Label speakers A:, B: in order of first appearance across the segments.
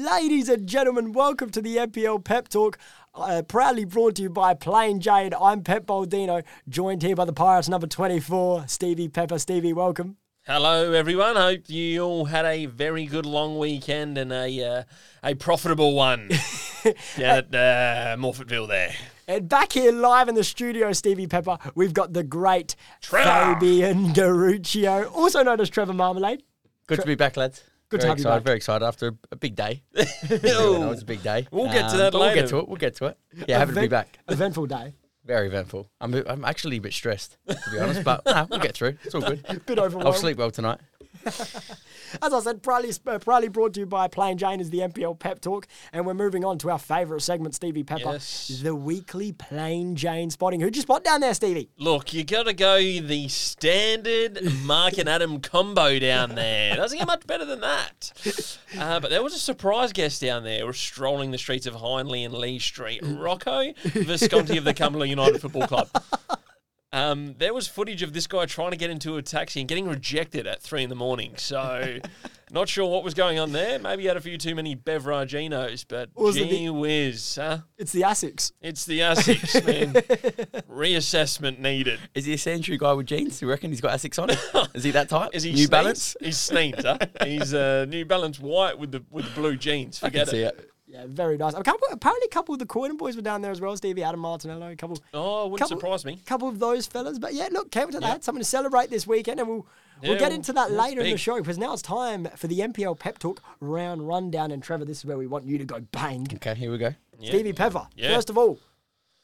A: Ladies and gentlemen, welcome to the NPL Pep Talk, uh, proudly brought to you by Plain Jade. I'm Pep Baldino, joined here by the Pirates number 24, Stevie Pepper. Stevie, welcome.
B: Hello, everyone. Hope you all had a very good long weekend and a uh, a profitable one. yeah, at uh, Morfettville there.
A: And back here live in the studio, Stevie Pepper, we've got the great
B: Trevor.
A: Fabian Garuccio, also known as Trevor Marmalade.
C: Good to be back, lads.
A: Good to
C: very
A: have you
C: excited,
A: back.
C: Very excited after a, a big day. Everyone knows it's a big day. Um,
B: We'll get to that
C: but We'll
B: later.
C: get to it. We'll get to it. Yeah, happy to be
A: Event-
C: back.
A: Eventful day.
C: Very eventful. I'm, I'm actually a bit stressed, to be honest, but nah, we'll get through. It's all good.
A: Bit overwhelmed.
C: I'll sleep well tonight.
A: As I said, proudly, uh, proudly brought to you by Plain Jane is the NPL Pep Talk, and we're moving on to our favourite segment, Stevie Pepper,
B: Yes.
A: the weekly Plain Jane spotting. Who'd you spot down there, Stevie?
B: Look, you got to go the standard Mark and Adam combo down there. Doesn't get much better than that. Uh, but there was a surprise guest down there. We're strolling the streets of Hindley and Lee Street. Rocco, Visconti of the Cumberland United Football Club. Um, there was footage of this guy trying to get into a taxi and getting rejected at three in the morning. So, not sure what was going on there. Maybe he had a few too many beveraginos, but
A: Was it
B: gee whiz, huh?
A: It's the Asics.
B: It's the Asics, man. Reassessment needed.
C: Is he a century guy with jeans? Do you reckon he's got Asics on? Is he that type?
B: Is he
C: New
B: sneaked?
C: Balance?
B: He's sneaked, huh? He's uh, New Balance white with the with the blue jeans.
C: I
B: Forget
C: can see
B: it.
C: it.
A: Yeah, very nice. A couple, apparently, a couple of the Croydon boys were down there as well, Stevie, Adam Martinello, a couple,
B: Oh, wouldn't
A: Couple-
B: surprise me.
A: couple of those fellas. But yeah, look, came to that. Something to celebrate this weekend, and we'll. We'll
B: Yeah,
A: get
B: well,
A: into that
B: that's
A: later in the
B: big.
A: show because now it's time for the NPL Pep Talk round rundown. And Trevor, this is where we want you to go bang.
C: Okay, here we go.
A: Stevie Pepper.
B: Yeah.
A: First of all,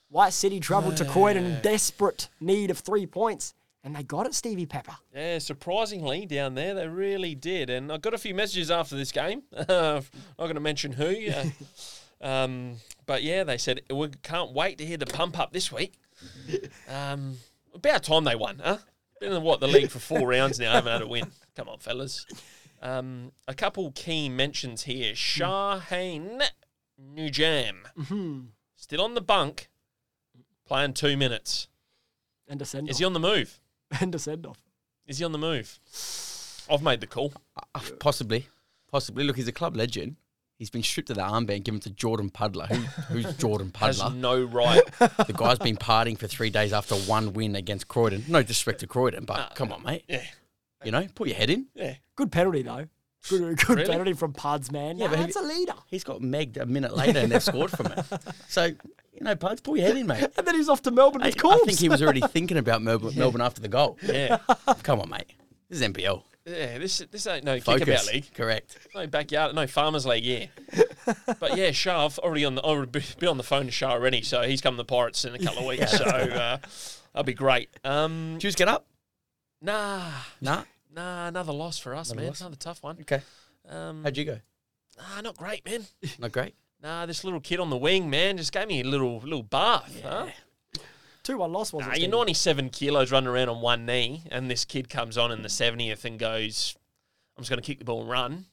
A: White City travelled to Croydon in desperate need of three points, and they got it, Stevie Pepper.
B: Yeah, surprisingly down there they really did. And I got a few messages after this game. I'm not going to mention who. Yeah. um, but yeah, they said we can't wait to hear the pump up this week. Um, about time they won, huh? Been in what the league for four rounds now, haven't had a win. Come on, fellas. Um, a couple key mentions here. Shahin Nujam still on the bunk, playing two minutes.
A: And a send
B: Is
A: off.
B: he on the move?
A: And a send off.
B: Is he on the move? I've made the call.
C: Uh, possibly. Possibly. Look, he's a club legend. He's been stripped of that armband, given to Jordan Pudler. Who, who's Jordan
B: has
C: Pudler?
B: no right.
C: The guy's been partying for three days after one win against Croydon. No disrespect to Croydon, but come on, mate.
B: yeah,
C: You know, put your head in.
B: yeah.
A: Good penalty, though. Good, good
B: Really?
A: penalty from Puds, man. Yeah,
C: but he-
A: that's a leader.
C: He's got megged a minute later and they've scored from it. So, you know, Puds, pull your head in, mate.
A: And then he's off to Melbourne
C: I,
A: with Corbs.
C: I think he was already thinking about Melbourne, Melbourne after the goal.
B: Yeah,
C: Come on, mate. This is NPL.
B: yeah. This this ain't no
C: Focus.
B: kickabout league,
C: Correct.
B: no backyard, no farmers league. Yeah, but yeah, Shah I've already on the already been on the phone to Shah already, so he's coming to the Pirates in a couple of weeks. So uh, that'll be great. Um,
C: Did you just get up?
B: nah,
C: Nah.
B: nah, another loss for us, man.
C: loss.
B: Another tough one.
C: Okay.
B: Um,
C: How'd you go?
B: nah, not great, man.
C: Not great.
B: Nah, this little kid on the wing, man, just gave me a little little bath. Huh?
A: 2 1 loss, wasn't
B: Nah,
A: it?
B: you're
A: Stevie?
B: 97 kilos running around on one knee, and this kid comes on in the 70th and goes, I'm just going to kick the ball and run.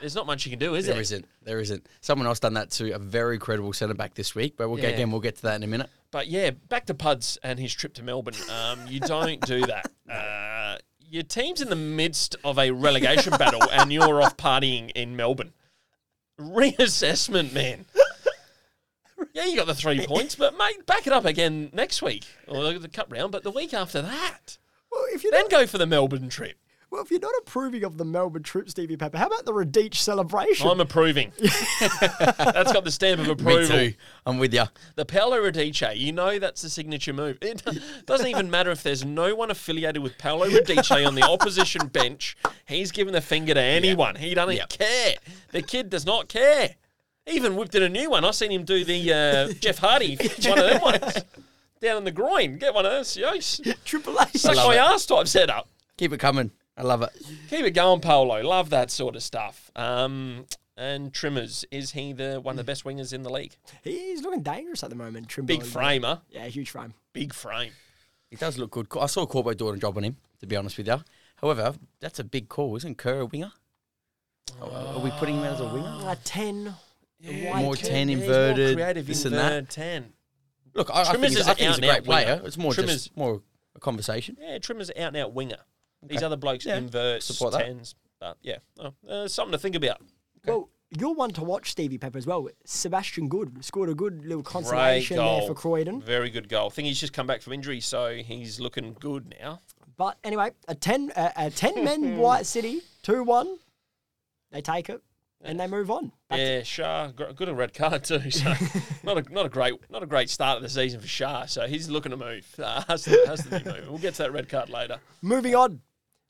B: There's not much you can do, is
C: There
B: there?
C: isn't. There isn't. Someone else done that to a very credible centre back this week, but we'll
B: Yeah.
C: get, again, we'll get to that in a minute.
B: But yeah, back to Puds and his trip to Melbourne. Um, you don't do that. Uh, your team's in the midst of a relegation battle, and you're off partying in Melbourne. Reassessment, man. Yeah, you got the three points, but mate, back it up again next week or the cup round, but the week after that.
A: Well, if you're,
B: Then
A: not,
B: go for the Melbourne trip.
A: well, if you're not approving of the Melbourne trip, Stevie Pepper, how about the Radich celebration?
B: I'm approving. that's got the stamp of approval.
C: Me too. I'm with you.
B: The Paolo Radice, you know that's the signature move. It doesn't even matter if there's no one affiliated with Paolo Radice on the opposition bench. He's giving the finger to anyone. He doesn't
C: Yep.
B: care. The kid does not care. He even whipped in a new one. I seen him do the uh, Jeff Hardy, one of them ones. Down in the groin. Get one of those. Yo, suck
A: Triple A.
C: love
B: my
C: it.
B: ass type setup.
C: Keep it coming. I love it.
B: Keep it going, Polo. Love that sort of stuff. Um, and Trimmers, is he the one of the best wingers in the league?
A: He's looking dangerous at the moment, Trimble.
B: Big framer.
A: Yeah, huge frame.
B: Big frame.
C: He does look good. I saw Corbo doing a job on him, to be honest with you. However, that's a big call. Isn't Kerr a winger? Are- Are we putting him out as a winger?
A: A 10.
C: More
B: Kid,
C: 10
B: yeah, he's
C: inverted,
B: More creative
C: this and
B: inverted
C: that.
B: ten.
C: Look, I, I think,
B: Trimmers
C: he's,
B: is
C: I
B: an
C: think he's a
B: out-and-out
C: great player.
B: winger.
C: It's more
B: Trimmers-
C: just more a conversation.
B: Yeah, Trimmer's an out and out winger. These other blokes inverts
C: Support that.
B: tens, but yeah, oh, uh, something to think about.
A: Well, You're one to watch, Stevie Pepper, as well. Sebastian Good scored a good little consolation there
B: goal.
A: for Croydon.
B: Very good goal. I think he's just come back from injury, so he's looking good now.
A: But anyway, a 10, uh, a 10 men White City, 2 1. They take it and they move on. Back to-
B: Yeah, Shah gr- good a red card too. So not a not a great not a great start of the season for Shah. So he's looking to move. Uh, has to, has to be moving. We'll get to that red card later.
A: Moving on.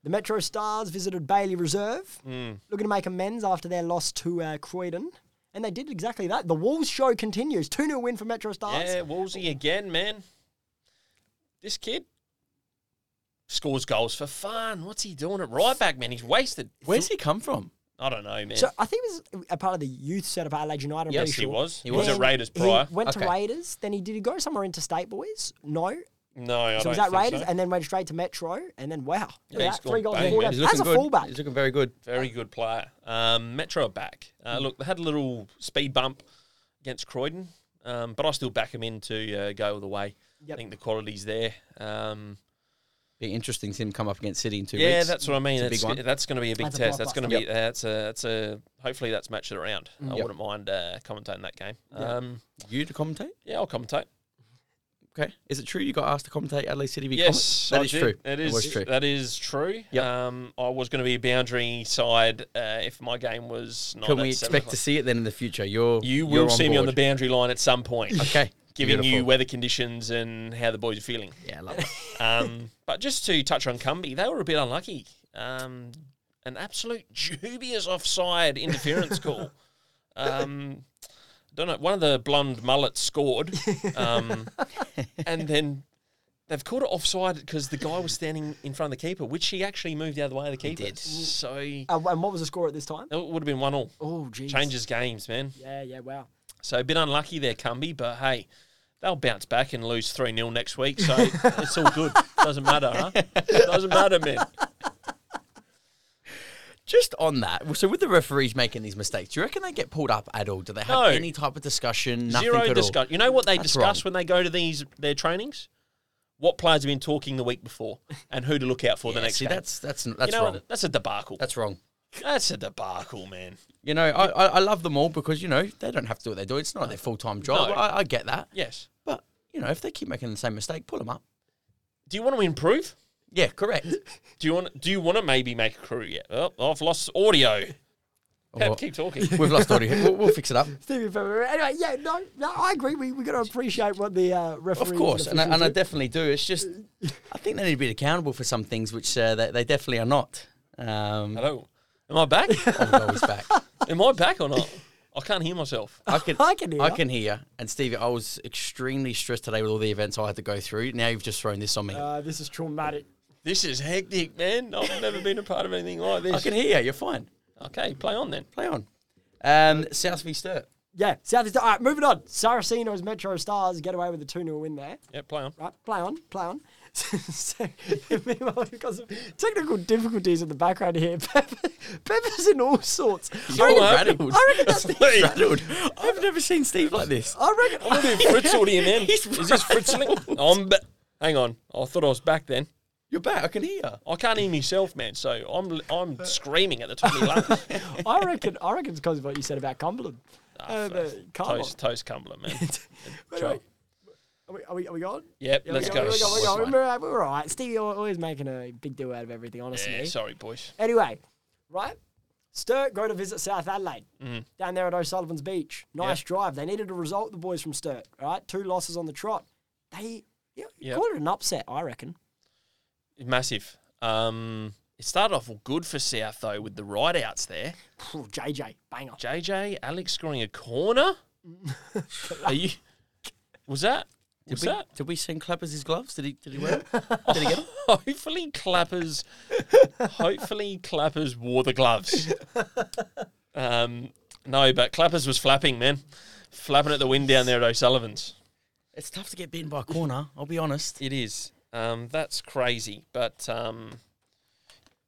A: The Metro Stars visited Bailey Reserve,
B: Mm.
A: looking to make amends after their loss to uh, Croydon. And they did exactly that. The Wolves show continues. 2 0 win for Metro Stars.
B: Yeah, Woolsey again, man. This kid scores goals for fun. What's he doing at right back, man? He's wasted.
C: Where's he come from?
B: I don't know, man.
A: So I think it was a part of the youth setup at Adelaide United. I'm pretty
C: Yes,
B: yes, he
A: sure.
B: was. He
C: He was.
B: was at
A: Then
B: Raiders
A: he
B: prior.
A: went to
C: Okay.
A: Raiders, then he did he go somewhere into State Boys? No.
B: No, I
A: So
B: don't
A: was that
B: think
A: Raiders
B: so.
A: and then went straight to Metro and then wow. look
B: Yeah,
A: at
B: he
A: that,
B: scored
A: Three goals in
B: bang,
A: four
B: man.
A: games.
C: He's
A: As
C: looking
A: a
C: good.
A: fullback.
C: He's looking very good.
B: Very good player. Um, Metro are back. Uh,
C: Hmm.
B: look, they had a little speed bump against Croydon, um, but I still back him in to uh, go all the way.
A: Yep.
B: I think the quality's there. Um,
C: Be interesting to see him come up against City in two
B: yeah,
C: weeks.
B: that's what I mean.
C: It's a
B: That's,
C: big one.
B: that's going to be a big
A: That's a
B: test. that's going to
A: blockbuster.
B: be uh, that's a that's a hopefully that's matched it around. I
C: Mm, Yep.
B: wouldn't mind uh, commentating that game.
A: Yeah.
B: Um,
C: you to commentate.
B: yeah, I'll commentate.
C: Okay, is it true you got asked to commentate Adelaide City? v
B: Yes, I
C: Comet? that is
B: did.
C: true.
B: That is
C: it was true.
B: That is true.
C: Yep.
B: Um, I was going to be a boundary side uh, if my game was not.
C: Can
B: at
C: we
B: seven
C: expect
B: o'clock.
C: to see it then in the future? You're
B: Oh, You
C: you're
B: will see me on the
C: board.
B: boundary line at some point.
C: Okay,
B: giving you
C: Beautiful.
B: weather conditions and how the boys are feeling.
C: Yeah, I love it.
B: Um, but just to touch on Cumby, they were a bit unlucky. Um, an absolute dubious offside interference call. Um, don't know. One of the blonde mullets scored, um, and then they've called it offside because the guy was standing in front of the keeper, which he actually moved the other way of the keeper.
C: did.
B: So it
A: Uh, and what was the score at this time?
B: would have been one all.
A: Oh, geez.
B: Changes games, man.
A: Yeah, yeah, wow.
B: So a bit unlucky there, Cumby, but hey, they'll bounce back and lose 3 0 next week. So it's all good. Doesn't matter, huh? Doesn't matter, man.
C: Just on that, so with the referees making these mistakes, do you reckon they get pulled up at all? Do they have
B: No.
C: any type of discussion? Nothing
B: Zero
C: at
B: discuss. You know what they
C: That's
B: discuss
C: wrong.
B: when they go to these their trainings? What players have been talking the week before and who to look out for
C: all.
B: the
C: Yeah,
B: next
C: see,
B: game.
C: that's that's that's
B: you know
C: wrong.
B: what? That's a debacle.
C: That's wrong.
B: That's a debacle, man.
C: You know, I, I I love them all because you know they don't have to do what they do. It's not their full time job.
B: No.
C: I, I get that,
B: Yes.
C: but you know if they keep making the same mistake, pull them up.
B: Do you want to improve?
C: Yeah, correct.
B: Do you want? Do you want to maybe make a crew yet? Oh, I've lost audio.
C: Or-
B: Pep, keep talking.
C: We've lost audio. We'll, we'll fix it up.
A: Stevie Pepper. Anyway, yeah, no, no, I agree. We we got to appreciate what the uh, referee.
C: Of course, and I, and I definitely do. It's just, I think they need to be accountable for some things which uh, they, they definitely are not. Um,
B: Hello. Am I back?
C: oh, no, it's back.
B: Am I back or not? I can't hear myself.
C: I can,
A: I can hear
C: I
A: ya.
C: can hear. ya. And Stevie, I was extremely stressed today with all the events I had to go through. Now you've just thrown this on me.
A: uh, this is traumatic.
B: This is hectic, man. I've never been a part of anything like
C: I
B: this.
C: can hear you. You're fine.
B: Okay, play on then.
C: Play on. Um, South v Sturt.
A: Yeah, South East. All right, moving on. Saraceno's Metro Stars get away with a 2 0 win there.
B: Yeah, play on.
A: Right, play on, play on. so, meanwhile, we've got some technical difficulties in the background here. Pepper, Pepper's in all sorts. I
C: You're
A: reckon,
C: rattled.
A: I reckon that's the.
C: rattled. I've never seen Steve like this.
A: I reckon.
B: I'm a bit fritzled here, man. Is this fritzling? I'm ba- Hang on. I thought I was back then.
C: You're back. I can hear. you.
B: I can't hear myself, man. So I'm I'm screaming at the top of my lungs.
A: I reckon. I reckon it's because of what you said about Cumberland.
B: Ah,
A: Um, uh, come
B: toast, toast Cumberland, man.
A: on.
B: Joe.
A: Anyway, Are we, are, we, are we gone?
B: Yep,
A: Yeah,
B: let's
A: we
B: go.
A: got- We got, we got,
C: Let's
A: we're, all right, we're all right. Stevie al- always making a big deal out of everything, honestly.
B: Yeah, sorry, boys.
A: Anyway, right? Sturt go to visit South Adelaide
B: Mm-hmm.
A: down there at O'Sullivan's Beach. Nice drive. They needed a result, the boys from Sturt. All right, two losses on the trot. They you
B: Yeah.
A: call it an upset, I reckon.
B: Massive. Um, it started off good for South though with the rideouts there.
A: Phew, JJ banger.
B: JJ, Alex scoring a corner. Are you? Was that?
C: Did
B: Was
C: we,
B: that?
C: did we send Clappers his gloves? Did he? Did he wear? Them?
B: Hopefully, clappers. hopefully, clappers wore the gloves. Um, no, but clappers was flapping, man, flapping at the wind down there at O'Sullivan's.
C: It's tough to get beaten by a corner. I'll be honest.
B: It is. Um, that's crazy, but um,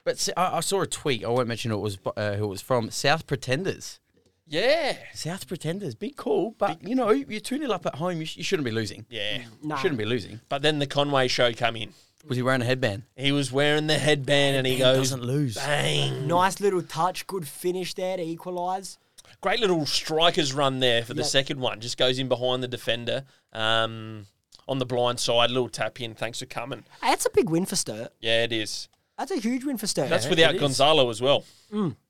C: But s I I I saw a tweet. I won't mention who it was, but, uh, who it was from. South Pretenders.
B: yeah,
C: South Pretenders. Big call, but you know you're two 0 up at home. You, sh- you shouldn't be losing.
B: yeah.
A: Nah.
C: You shouldn't be losing.
B: But then the Conway show come in.
C: Was he wearing a headband?
B: He was wearing the headband, and he
C: He
B: goes,
C: doesn't lose.
B: "Bang!"
A: Nice little touch, good finish there to equalise.
B: Great little strikers run there for the
A: Yep.
B: second one. Just goes in behind the defender um, on the blind side. Little tap in. Thanks for coming.
A: That's a big win for Sturt.
B: Yeah, it is.
A: That's a huge win for Sturt.
B: That's
C: Yeah,
B: without
C: it is.
B: Gonzalo as well.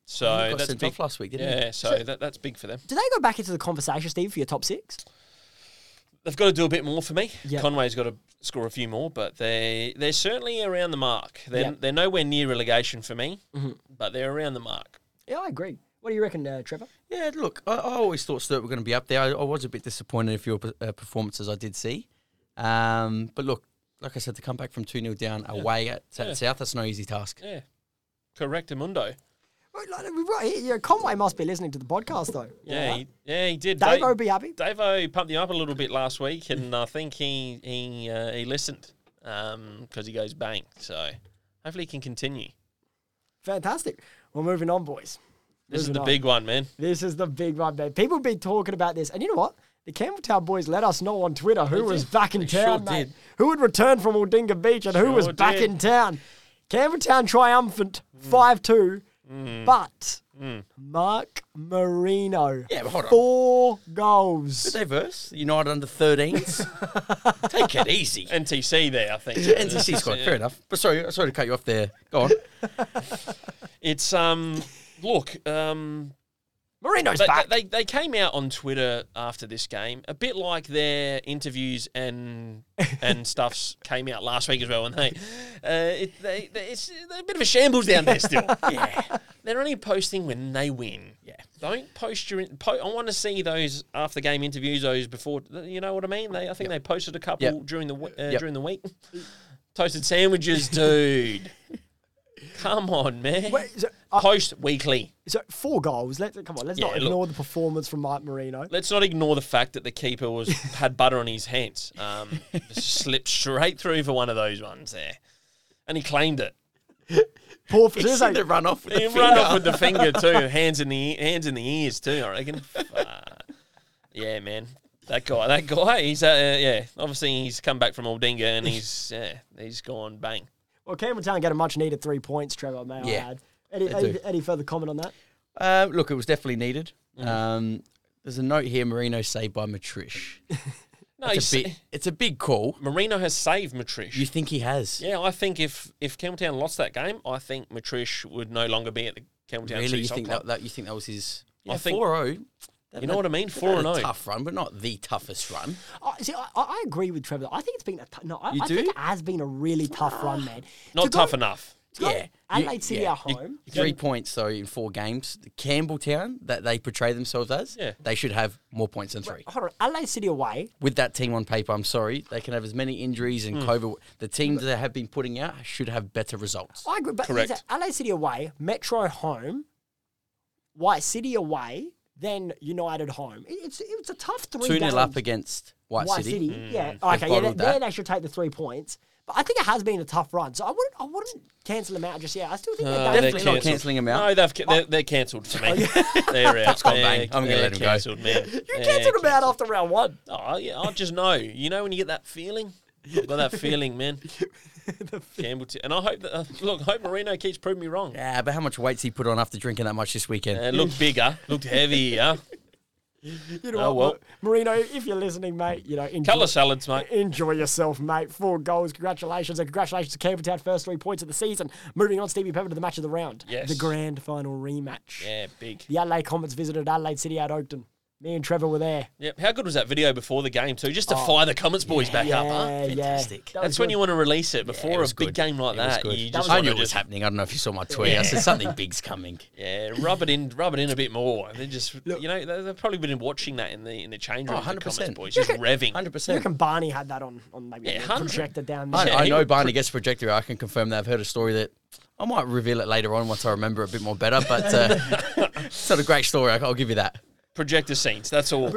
B: So
C: got
B: that's
C: sent
B: big.
C: off last week, didn't he?
B: Yeah, so that, that's big for them.
A: Do they go back into the conversation, Steve, for your top six?
B: They've got to do a bit more for me.
A: Yep.
B: Conway's got to score a few more, but they they're certainly around the mark. They're
A: Yep.
B: they're nowhere near relegation for me, but they're around the mark.
A: Yeah, I agree. What do you reckon, uh, Trevor?
C: Yeah, look, I, I always thought Sturt were going to be up there. I, I was a bit disappointed in a few uh, performances I did see. Um, but look, like I said, to come back from 2 0 down away at, at
B: Yeah.
C: South, that's no easy task.
B: Yeah, correct, Amundo.
A: Right, like, we've got- yeah, Conway must be listening to the podcast, though. You know
B: Yeah,
A: that?
B: he, yeah, he did.
A: Dave
B: They-
A: would be happy.
B: Davo pumped him up a little bit last week, and I think he he uh, he listened because he goes bang. So hopefully he can continue.
A: Fantastic. We're moving on, boys.
B: This is
A: Moving
B: the
A: on.
B: big one, man.
A: This is the big one, man. People have been talking about this, and you know what? The Campbelltown boys let us know on Twitter who was back in
C: They
A: town,
C: sure
A: mate.
C: did.
A: Who had returned from Aldinga Beach and who was
B: Sure
A: back
B: did.
A: in town. Campbelltown triumphant,
C: Mm.
A: 5 2. But Mark Marino,
C: Yeah, but hold on.
A: four goals.
C: Diverse, United under 13s. Take it easy.
B: NTC there, I think.
C: NTC squad, fair enough. But sorry, sorry to cut you off there. Go on.
B: It's um look um
A: Marino's
B: They,
A: back.
B: they, they came out on Twitter after this game, a bit like their interviews and and stuffs came out last week as well. And they, uh, it, they, they it's they're a bit of a shambles down there still. yeah, they're only posting when they win. Yeah, don't post your. in- Po- I want to see those after game interviews. Those before, you know what I mean. They, I think they posted a couple
C: Yep.
B: during the we- uh,
C: Yep.
B: during the week. Toasted sandwiches, dude. Come on, man.
A: Wait, so, uh,
B: Post weekly.
A: so four goals. Let's come on. Let's
B: Yeah,
A: not
B: look.
A: ignore the performance from Mark Marino.
B: Let's not ignore the fact that the keeper was had butter on his hands. Um, just slipped straight through for one of those ones there, and he claimed it.
A: Poor for
C: He's in the run off with
B: He
C: the
B: ran
C: finger.
B: off with the finger too, hands in the hands in the ears too. I reckon. Fuck. yeah, man, that guy, that guy. He's uh, yeah. Obviously, he's come back from Aldinga and he's yeah, he's gone bang.
A: Well, Campbelltown get a much needed three points, Trevor, may
C: Yeah,
A: I add. Any,
C: they do.
A: any, any further comment on that?
C: Uh, look, it was definitely needed.
B: Mm.
C: Um, there's a note here Marino saved by Matrish.
B: No,
C: It's a,
B: he's,
C: big, it's a big call.
B: Marino has saved Matrish.
C: You think he has?
B: yeah, I think if if Campbelltown lost that game, I think Matrish would no longer be at the Campbelltown
C: Really,
B: City
C: you
B: Soccer
C: think
B: Club.
C: that, that you think that was his? oh.
B: I
C: Yeah,
B: think-
C: 4-0.
B: You know what I mean?
C: They've
B: Four
C: had
B: and oh.
C: a
B: zero.
C: Tough run, but not the toughest run.
A: I see, I, I agree with Trevor. though. I think it's been a t- no. I,
C: You
A: I think
C: do?
A: it has been a really tough run, man.
B: Not
A: To go-
B: tough enough.
A: to go
C: Yeah.
A: Adelaide
C: You-
A: City
C: yeah.
A: at home.
C: Three points, sorry, in four games. Campbelltown, that they portray themselves as,
B: Yeah.
C: they should have more points than three.
A: Hold on, Adelaide City away.
C: With that team on paper, I'm sorry, they can have as many injuries
B: Hmm.
C: and COVID. The teams that have been putting out should have better results.
A: I agree, but
B: Correct.
A: is it Adelaide City away, Metro home, White City away, then United home. It- It's it's a tough three.
C: 2 0
A: games.
C: up against White, Mm,
A: White City.
B: Hmm.
A: Yeah. Okay. Yeah.
C: bottled
A: there- There
C: that.
A: they should take the three points. But I think it has been a tough run, so I wouldn't I wouldn't cancel them out just yet. I still think
B: Uh,
A: they're
B: they're
A: done.
C: not
B: cancelled.
C: cancelling him out.
B: No, they've, ca- they're, they're cancelled for me. they're out.
C: gone
B: They're-
C: bang. I'm gonna
B: they're
C: let him go.
B: cancelled, Man.
A: You cancelled them out after round one.
B: Oh, yeah, I just know. You know when you get that feeling? I've got that feeling, man. Campbell. T- and I hope that, uh, look, I hope Marino keeps proving me wrong.
C: Yeah, but how much weight's he put on after drinking that much this weekend?
B: Uh, looked bigger, looked heavier.
A: You know
B: Oh,
A: what,
B: well.
A: Marino? If you're listening, mate, you know enjoy.
B: Couple of salads, mate.
A: Enjoy yourself, mate. Four goals. Congratulations. And congratulations to Campbelltown. First three points of the season. Moving on, Stevie Pepper, to the match of the round.
B: Yes.
A: The grand final rematch.
B: Yeah, big.
A: The Adelaide Comets visited Adelaide City at Oakden. Me and Trevor were there.
B: Yep. How good was that video before the game, too? Just to
C: Oh,
B: fire the Comments boys back up, huh?
A: yeah, yeah.
C: Fantastic.
A: That was
B: That's when
A: good.
B: you want to release it before
C: it
B: a
C: was
B: big
C: good.
B: game like
C: It was
B: that.
C: good.
B: You just
C: I
B: want
C: knew
B: to
C: it was
B: just
C: happening. I don't know if you saw my tweet. I said something big's coming.
B: Yeah, rub it in, rub it in a bit more. They just, you know, they- they've probably been watching that in the in the
A: Oh,
B: change room.
C: 100%.
B: 100%. Boys, just revving.
C: Hundred
A: You
C: percent.
A: reckon Barney had that on, on maybe
B: Yeah,
A: a
B: 100.
A: projector down
C: I,
A: there?
B: Yeah,
C: I
B: he
C: know
B: would
C: Barney gets projected. I can confirm that. I've heard a story that I might reveal it later on once I remember it a bit more better. But uh, it's not a great story. I- I'll give you that.
B: Projector scenes. That's all.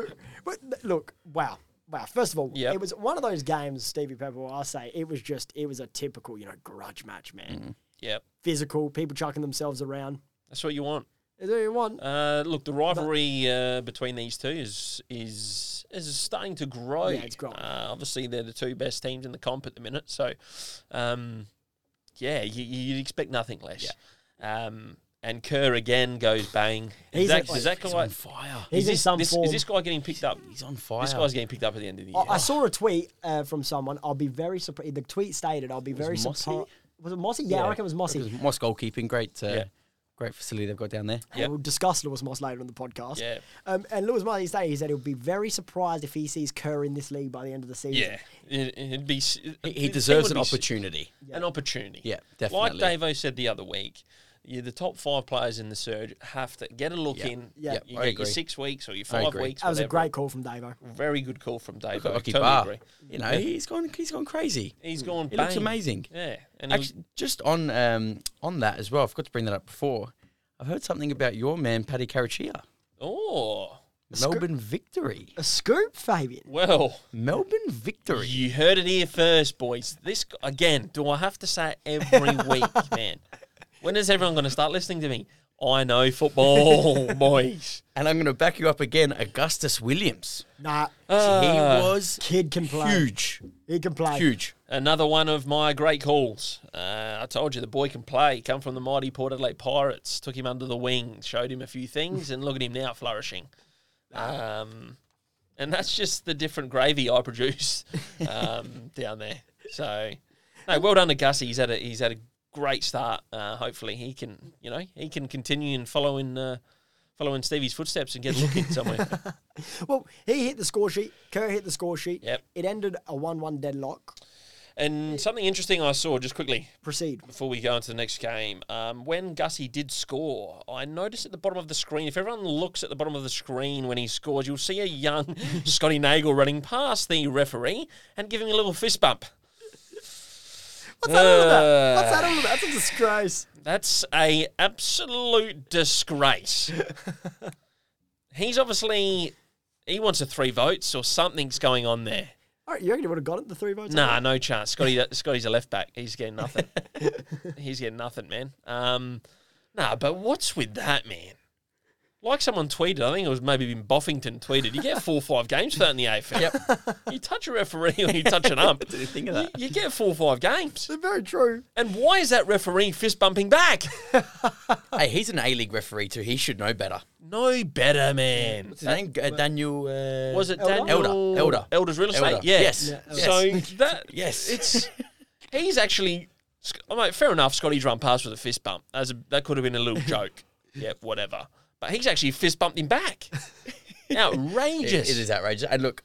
A: But th- look, wow. Wow. First of all,
B: Yep.
A: it was one of those games, Stevie Pepper, where I say it was just, it was a typical, you know, grudge match, man.
B: Yep,
A: Physical, people chucking themselves around.
B: that's what you want.
A: Is there one?
B: Uh, look, the rivalry uh, between these two is is is starting to grow.
A: Yeah, it's growing.
B: Uh, obviously, they're the two best teams in the comp at the minute. So, um, yeah, you, you'd expect nothing less. Um, and Kerr again goes bang.
A: He's
B: Is that-
A: like-
B: is that
C: He's
B: guy-
C: on fire.
A: He's
B: is
A: in
B: this,
A: some
B: this,
A: form.
B: Is this guy getting picked up?
C: He's on fire.
B: This guy's getting picked up at the end of the year.
A: I, I saw a tweet uh, from someone. I'll be very surprised. The tweet stated, "I'll be very
C: Mossy?
A: surprised." Was it Mossy? Yeah, I reckon it was Mossy.
C: Because Moss goalkeeping, great, uh,
B: Yeah.
C: great facility they've got down there.
A: And
B: Yep.
A: We'll discuss Lewis Moss later on the podcast.
B: Yeah.
A: Um, and Lewis Moss, he's saying he said he'll be very surprised if he sees Kerr in this league by the end of the season.
B: yeah, it, it'd be. s-
C: He,
B: it- it
C: deserves
B: would be
C: an
B: s-
C: opportunity.
B: An opportunity.
C: Yeah, definitely.
B: Like Davo said the other week, you, the top five players in the surge have to get a look in.
A: Yeah. Yep,
B: you
C: I
B: get
C: agree.
B: your six weeks or your
C: I
B: five
C: agree.
B: weeks.
A: That was a
B: whatever.
A: great call from Davo.
B: very good call from Davo.
C: Got Rocky
B: totally
C: Bar.
B: agree. Mm.
C: You know, he's gone. He's gone crazy.
B: He's gone.
C: He
B: bang.
C: looks amazing.
B: Yeah, and he was-
C: Actually, just on um, on that as well, I forgot to bring that up before. I've heard something about your man Paddy Carachia.
B: oh
C: Melbourne victory.
A: A scoop, Fabian.
B: well.
C: Melbourne victory.
B: You heard it here first, boys. This g- again. Do I have to say it every week, man? When is everyone going to start listening to me? I know football, boys.
C: And I'm going to back you up again, Augustus Williams.
A: Nah,
C: he
B: Ah.
C: was
A: kid can play.
C: huge,
A: He can play.
C: huge.
B: Another one of my great calls. Uh, I told you the boy can play. Come from the mighty Port Adelaide Pirates. Took him under the wing, showed him a few things, and look at him now flourishing. Um, and that's just the different gravy I produce um, down there. So, no, well done to Gussie. He's had a he's had a great start. Uh, hopefully, he can you know he can continue and follow in uh, follow in Stevie's footsteps and get looking somewhere.
A: Well, he hit the score sheet. Kerr hit the score sheet.
B: Yep.
A: It ended a one-one deadlock.
B: and something interesting I saw just quickly
A: Proceed.
B: before we go into the next game, um, when Gussie did score, I noticed at the bottom of the screen, if everyone looks at the bottom of the screen when he scores, you'll see a young Scotty Nagle running past the referee and giving a little fist bump.
A: What's that all
B: Uh.
A: about? What's that all about? That's a disgrace.
B: That's a absolute disgrace. He's obviously he wants a three votes or something's going on there.
A: All right, you reckon he would have got it? The three votes.
B: Nah, no chance. Scotty, Scotty's a left back. He's getting nothing. He's getting nothing, man. Um, nah, but what's with that, man? Like someone tweeted, I think it was maybe been Boffington tweeted. You get four or five games for that in the AFL. Yep. You touch a referee or you touch an ump.
C: Didn't think of
B: You,
C: that.
B: you get four or five games.
A: Very true.
B: And why is that referee fist bumping back?
C: Hey, he's an A-League referee too. He should know better.
B: No better, man.
C: What's his name? Uh, Daniel. Uh,
B: Was it
A: Elder?
B: Daniel
C: Elder, Elder.
B: Elder's real estate?
C: Elder,
B: Yeah.
C: yes, Yeah,
B: So
C: Elder.
B: that
C: Yes.
B: it's he's actually. I mean, fair enough. Scotty's run past with a fist bump. As a, that could have been a little joke. yep, whatever. But he's actually fist bumped him back.
C: It-
B: Outrageous.
C: it is outrageous. And look,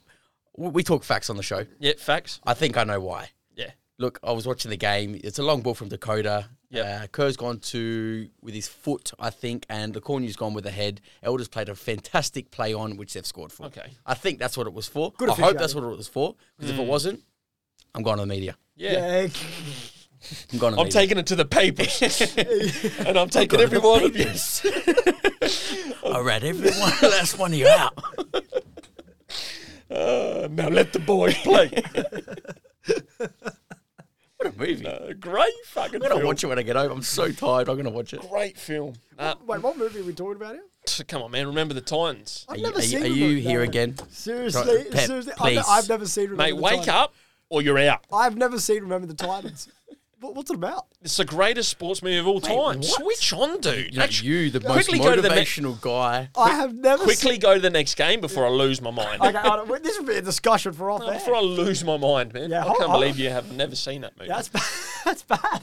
C: w- we talk facts on the show.
B: Yeah, facts.
C: I think I know why.
B: Yeah.
C: Look, I was watching the game. It's a long ball from Dakota.
B: Yep.
C: Uh, Kerr's gone to with his foot, I think, and Lacornu's gone with the head. Elder's played a fantastic play on, which they've scored for.
B: Okay.
C: I think that's what it was for.
A: Good
C: I hope
A: officiating.
C: that's what it was for. Because if it wasn't, I'm going to the media.
B: Yeah.
A: Yeah.
C: I'm going to the
B: I'm
C: media.
B: taking it to the papers, and I'm taking
C: Go to the
B: every one of you.
C: papers. I read every one of last one of you out.
B: Uh, now let the boy play.
C: What a movie.
B: Uh, great fucking
C: I'm going
B: film.
C: to watch it when I get home. I'm so tired. I'm going to watch it.
B: Great film. Uh,
A: Wait, what movie are we talking about here?
B: come on, man. Remember the Titans.
A: I've
C: Are you,
A: never
C: are you-
A: seen
C: are
A: a
C: you
A: movie
C: here
A: that-
C: again?
A: Seriously,
C: Pep,
A: seriously, I've, ne-
C: please.
A: I've never seen. Remember
B: Mate,
A: the
B: wake
A: Titans.
B: up or you're out.
A: I've never seen Remember the Titans. what, what's it about?
B: It's the greatest sports movie of all time. Switch on, dude.
C: You, know,
B: Actu-
C: you the most
B: quickly go to the ne-
C: motivational guy.
A: I have never
B: quickly go to the next game before I lose my mind.
A: Seen, okay, I don't- this would be a discussion for off air.
B: Before I lose my mind, man.
A: Yeah,
B: I can't
A: hold-
B: believe you have never seen that movie.
A: That's bad. That's bad.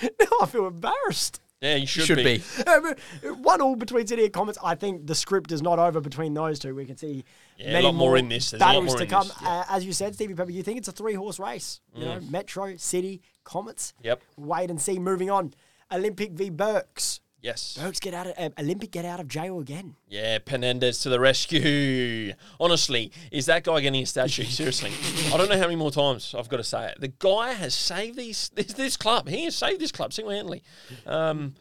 A: now I feel embarrassed.
B: yeah, you should,
C: Should
B: be.
C: be.
A: Um, one all between City and Comments. I think the script is not over between those two. We can see
B: Yeah, a
A: many
B: lot more in this. There's a lot
A: battles
B: more
A: to
B: in
A: come.
B: this, Mm.
A: Uh, as you said, Stevie Pepper, you think it's a three horse race. You know, Metro, City, Comets.
B: Yep.
A: Wait and see. Moving on. Olympic v Burks.
B: Yes.
A: Burks get out of um, Olympic get out of jail again.
B: Yeah, Penendez to the rescue. Honestly, is that guy getting a statue? Seriously. I don't know how many more times I've got to say it. The guy has saved these, this, this club. He has saved this club single handedly. Um,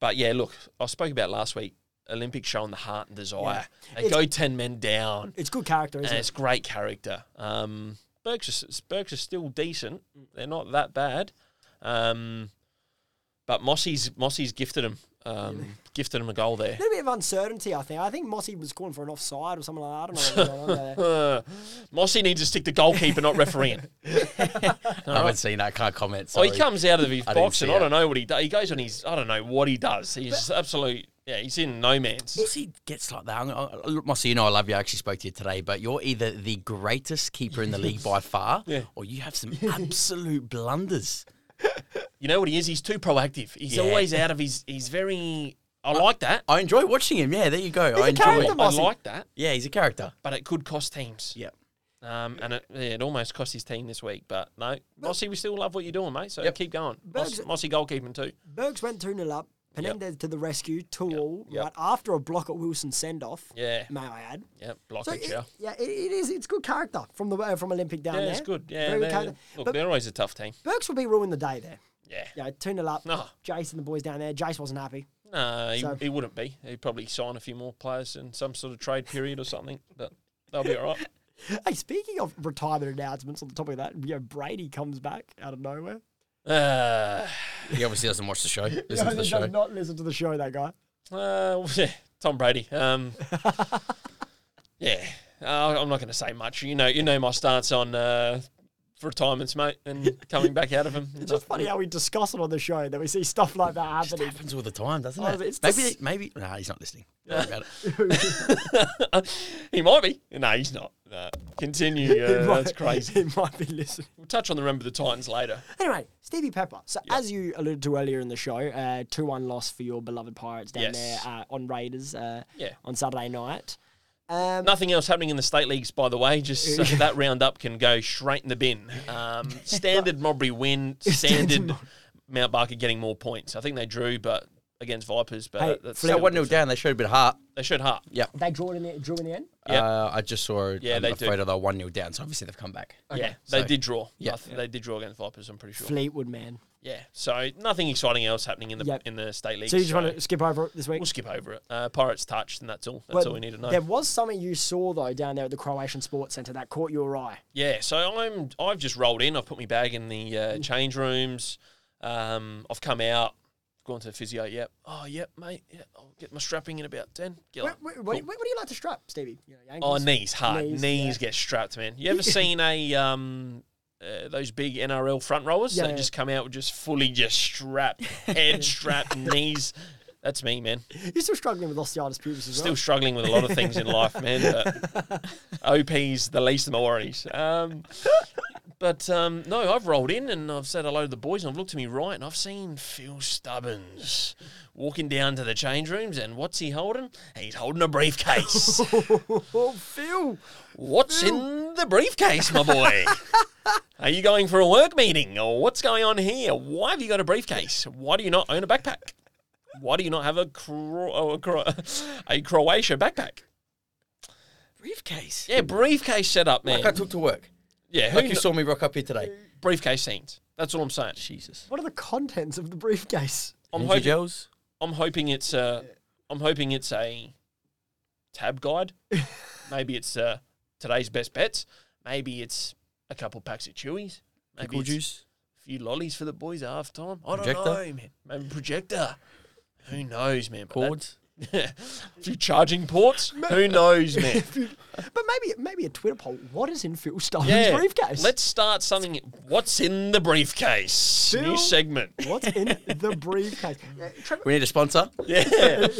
B: but yeah, look, I spoke about last week Olympic showing the heart and desire. They
A: It's-
B: go 10 men down.
A: It's good character, isn't
B: and
A: it?
B: it's great character. Um, Burks is, Burks is still decent. They're not that bad. Um, but Mossy's Mossy's gifted him um, gifted him a goal there.
A: A little bit of uncertainty, I think. I think Mossy was calling for an offside or something like that. I don't know what was going on there.
B: Uh, Mossy needs to stick to goalkeeper, not refereeing.
C: I haven't seen that. I can't comment.
B: Oh,
C: Sorry.
B: he comes out of his
C: I didn't
B: box,
C: see
B: and I
C: it.
B: don't know what he does. He goes on his. I don't know what he does. He's absolute. Yeah, he's in no man's.
C: Mossy gets like that. I'm gonna, I- look, Mossy, you know I love you. I actually spoke to you today, but you're either the greatest keeper in the league by far,
B: Yeah.
C: or you have some absolute blunders.
B: You know what he is? He's too proactive. He's
C: Yeah.
B: always out of his. He's very. I like that.
C: I enjoy watching him. Yeah, there you go. I
A: a
C: enjoy
A: character,
C: it.
B: I
A: Mossy.
B: like that,
C: Yeah, he's a character.
B: but it could cost teams.
C: Yeah.
B: Um, and it, yeah, it almost cost his team this week, but no, Mossy, we still love what you're doing, mate. So
C: Yep.
B: keep going,
A: Berg's-
B: Moss, Mossy goalkeeping too.
A: Bergs went 2 0 up. Penendez to the rescue, 2 all, right after a block at Wilson's send off,
B: Yeah,
A: may I add.
B: yeah,
A: So
B: blockage.
A: it-
B: yeah,
A: yeah, it, it is. It's good character from the uh, from Olympic down
B: yeah,
A: there.
B: it's good. Yeah,
A: Very good
B: they're,
A: character.
B: look,
A: But
B: they're always a tough team.
A: Burks will be ruining the day there.
B: Yeah,
A: Yeah, two 0 up.
B: No.
A: Jace and the boys down there. Jace wasn't happy.
B: no, he,
A: So-
B: he wouldn't be. He'd probably sign a few more players in some sort of trade period or something, but they'll be all right.
A: Hey, speaking of retirement announcements, on the topic of that, you know, Brady comes back out of nowhere.
B: Uh,
C: He obviously doesn't watch the show. Listen to
A: He
C: the
A: does
C: show.
A: not listen to the show, that guy.
B: Uh, yeah, Tom Brady. Um, yeah, uh, I'm not going to say much. You know, you know my stance on uh, retirements, mate, and coming back out of them.
A: It's just funny how we discuss it on the show that we see stuff like that
C: It
A: happening.
C: happens all the time, doesn't
A: Oh,
C: it?
A: it's
C: maybe,
A: just-
C: maybe. Nah, he's not listening. Don't worry about it.
B: he might be. No, he's not. No. Continue. Uh, that's crazy.
A: It might be listening.
B: We'll touch on the remember the Titans later.
A: Anyway, Stevie Pepper. So, as you alluded to earlier in the show, uh, 2 1 loss for your beloved Pirates down
B: Yes.
A: there uh, on Raiders uh,
B: Yeah.
A: on Saturday night. Um,
B: Nothing else happening in the state leagues, by the way. Just so that roundup can go straight in the bin. Um, standard Mobry win. Standard Mount Barker getting more points. I think they drew, but against Vipers. But
A: Hey,
B: that's
C: So one 0 down. They showed a bit of heart.
B: they showed heart.
A: They drew it in the, drew in the end.
B: Yeah.
C: Uh, I just saw.
B: Yeah,
C: I'm
B: they do.
C: afraid of that one 0 down. So obviously they've come back.
B: yeah, they
C: so-
B: did draw.
C: Yeah.
B: Yeah, they did draw against Vipers. I'm pretty sure.
A: Fleetwood, man.
B: Yeah, so nothing exciting else happening in the
A: Yep.
B: in the state league.
A: So you just
B: so
A: want to skip over it this week?
B: we'll skip over it. Uh, Pirates touched, and that's all. That's
A: Well,
B: all we need to know.
A: There was something you saw though down there at the Croatian Sports Centre that caught your eye.
B: Yeah, so I'm I've just rolled in. I've put my bag in the uh, change rooms. Um, I've come out, gone to the physio. Yep. Oh, yep, mate. Yeah, I'll get my strapping in about ten. Get
A: What,
B: on.
A: what,
B: Cool.
A: what, what do you like to strap, Stevie? You know, your
B: Oh,
A: ankles?
B: knees hard.
A: Knees,
B: Knees,
A: yeah.
B: get strapped, man. You ever seen a um uh, those big NRL front rowers?
A: Yeah,
B: they
A: yeah.
B: just come out with just fully just strapped, head strapped, knees. That's me, man.
A: You're still struggling with osteitis pubis as
B: Still
A: well.
B: struggling with a lot of things in life, man. But OP's the least of my worries. Um, but um, no, I've rolled in and I've said hello to the boys and I've looked to me right and I've seen Phil Stubbins walking down to the change rooms and what's he holding? He's holding a briefcase.
A: Oh, Phil,
B: What's in the briefcase, my boy? Are you going for a work meeting or what's going on here? Why have you got a briefcase? Why do you not own a backpack? Why do you not have a Cro- a, Cro- a Croatia backpack?
C: Briefcase.
B: Yeah, briefcase setup, man.
C: Like I took to work.
B: yeah, who
C: Like you
B: kn-
C: saw me rock up here today.
B: briefcase scenes. That's all I'm saying.
C: Jesus.
A: what are the contents of the briefcase?
B: I'm
C: Ginger
B: hoping,
C: gels.
B: I'm hoping it's a, I'm hoping it's a tab guide. Maybe it's uh, today's best bets. Maybe it's a couple packs of chewies. Maybe
C: Pickle
B: it's
C: juice.
B: few lollies for the boys at half time. I don't
C: Projector?
B: know, man. Maybe projector. Who knows, man? But that-
C: Cords.
B: a few charging ports. Who knows, man?
A: But maybe maybe a Twitter poll. What is in Phil Stubbins'
B: yeah.
A: briefcase?
B: Let's start something. What's in the briefcase?
A: Phil?
B: New segment.
A: What's in the briefcase? Uh, Trevor,
C: We need a sponsor.
B: Yeah.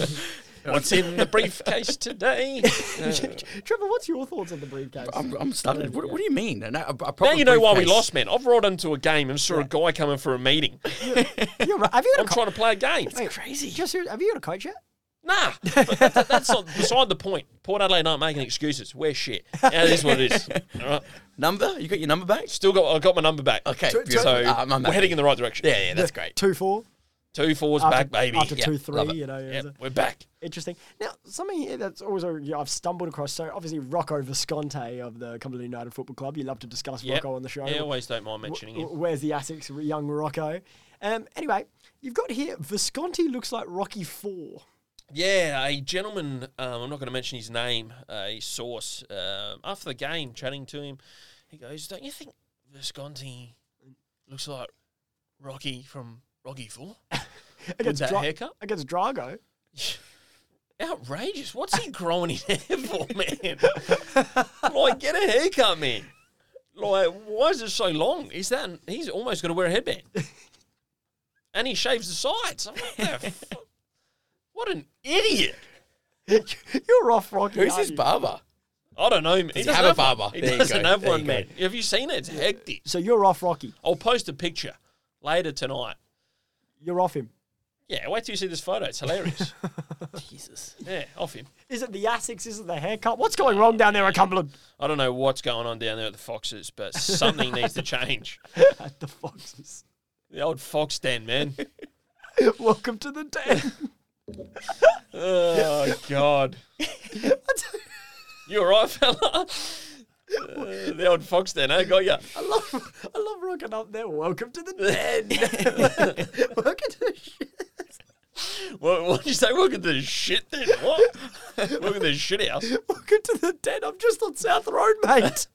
B: What's in the briefcase today? Uh,
A: Trevor, what's your thoughts on the briefcase?
C: I'm, I'm stunned. What, what do you mean? And a- a- a
B: now
C: proper
B: you know why we
C: briefcase.
B: lost, man. I've rolled into a game and saw a guy coming for a meeting.
A: You're right. Have you got
B: I'm
A: a coach?
B: trying to play a game.
A: crazy. Just, have you got a coach yet?
B: Nah, but that, that's not beside the point. Port Adelaide aren't making excuses. We're shit. That is what it is. All right.
C: Number? You got your number back?
B: Still got I got my number back.
C: Okay.
A: Two- uh, two-
C: beautiful.
B: So
C: Ah, I'm- I'm
B: we're
C: happy.
B: heading in the right direction.
C: Yeah, yeah, that's great.
A: Two four.
B: Two fours
A: After-
B: back, baby.
A: After
B: Yeah.
A: two three,
C: love it.
A: you know. it
B: Yeah,
A: was a-
B: we're back.
A: Interesting. Now, something here that's always a, yeah, I've stumbled across. So obviously, Rocco Visconti of the Cumberland United Football Club. You love to discuss
B: Yeah.
A: Rocco on the show.
B: Yeah, always don't mind mentioning
A: W-
B: him.
A: Where's the Asics, r- young Rocco? Um, anyway, you've got here Visconti looks like Rocky Four.
B: Yeah, a gentleman, um, I'm not going to mention his name, a source, um, after the game, chatting to him, he goes, Don't you think Visconti looks like Rocky from Rocky 4? With
A: against
B: that
A: Dra-
B: haircut?
A: against Drago.
B: Outrageous. What's he growing his hair for, man? like, get a haircut, man. Like, why is it so long? Is that he's almost gonna wear a headband. And he shaves the sides. I'm like, "What the fu- what an idiot.
A: You're off, Rocky.
C: Who's
A: aren't
C: his
A: you?
C: barber?
B: I don't know, man. He
C: he
B: doesn't
C: have a
B: one.
C: barber?
B: He
C: There you go.
B: doesn't have
C: There
B: one,
C: you
B: man.
C: go.
B: Have you seen it? It's hectic.
A: So you're off, Rocky.
B: I'll post a picture later tonight.
A: You're off him.
B: Yeah, wait till you see this photo. It's hilarious.
C: Jesus.
B: yeah, off him.
A: Is it the Asics? Is it the haircut? What's going wrong down there at Cumberland?
B: I don't know what's going on down there at the Foxes, but something needs to change.
A: at the Foxes.
B: The old Fox den, man.
A: Welcome to the den.
B: Oh God. you all right, fella? Uh, the old fox den, eh? Got ya.
A: I love, I love rocking up there. Welcome to the den. Welcome to the shit.
B: What, what did you say? Look at this shit then. What? Look at this shit house.
A: Welcome to the den. I'm just on South Road, mate.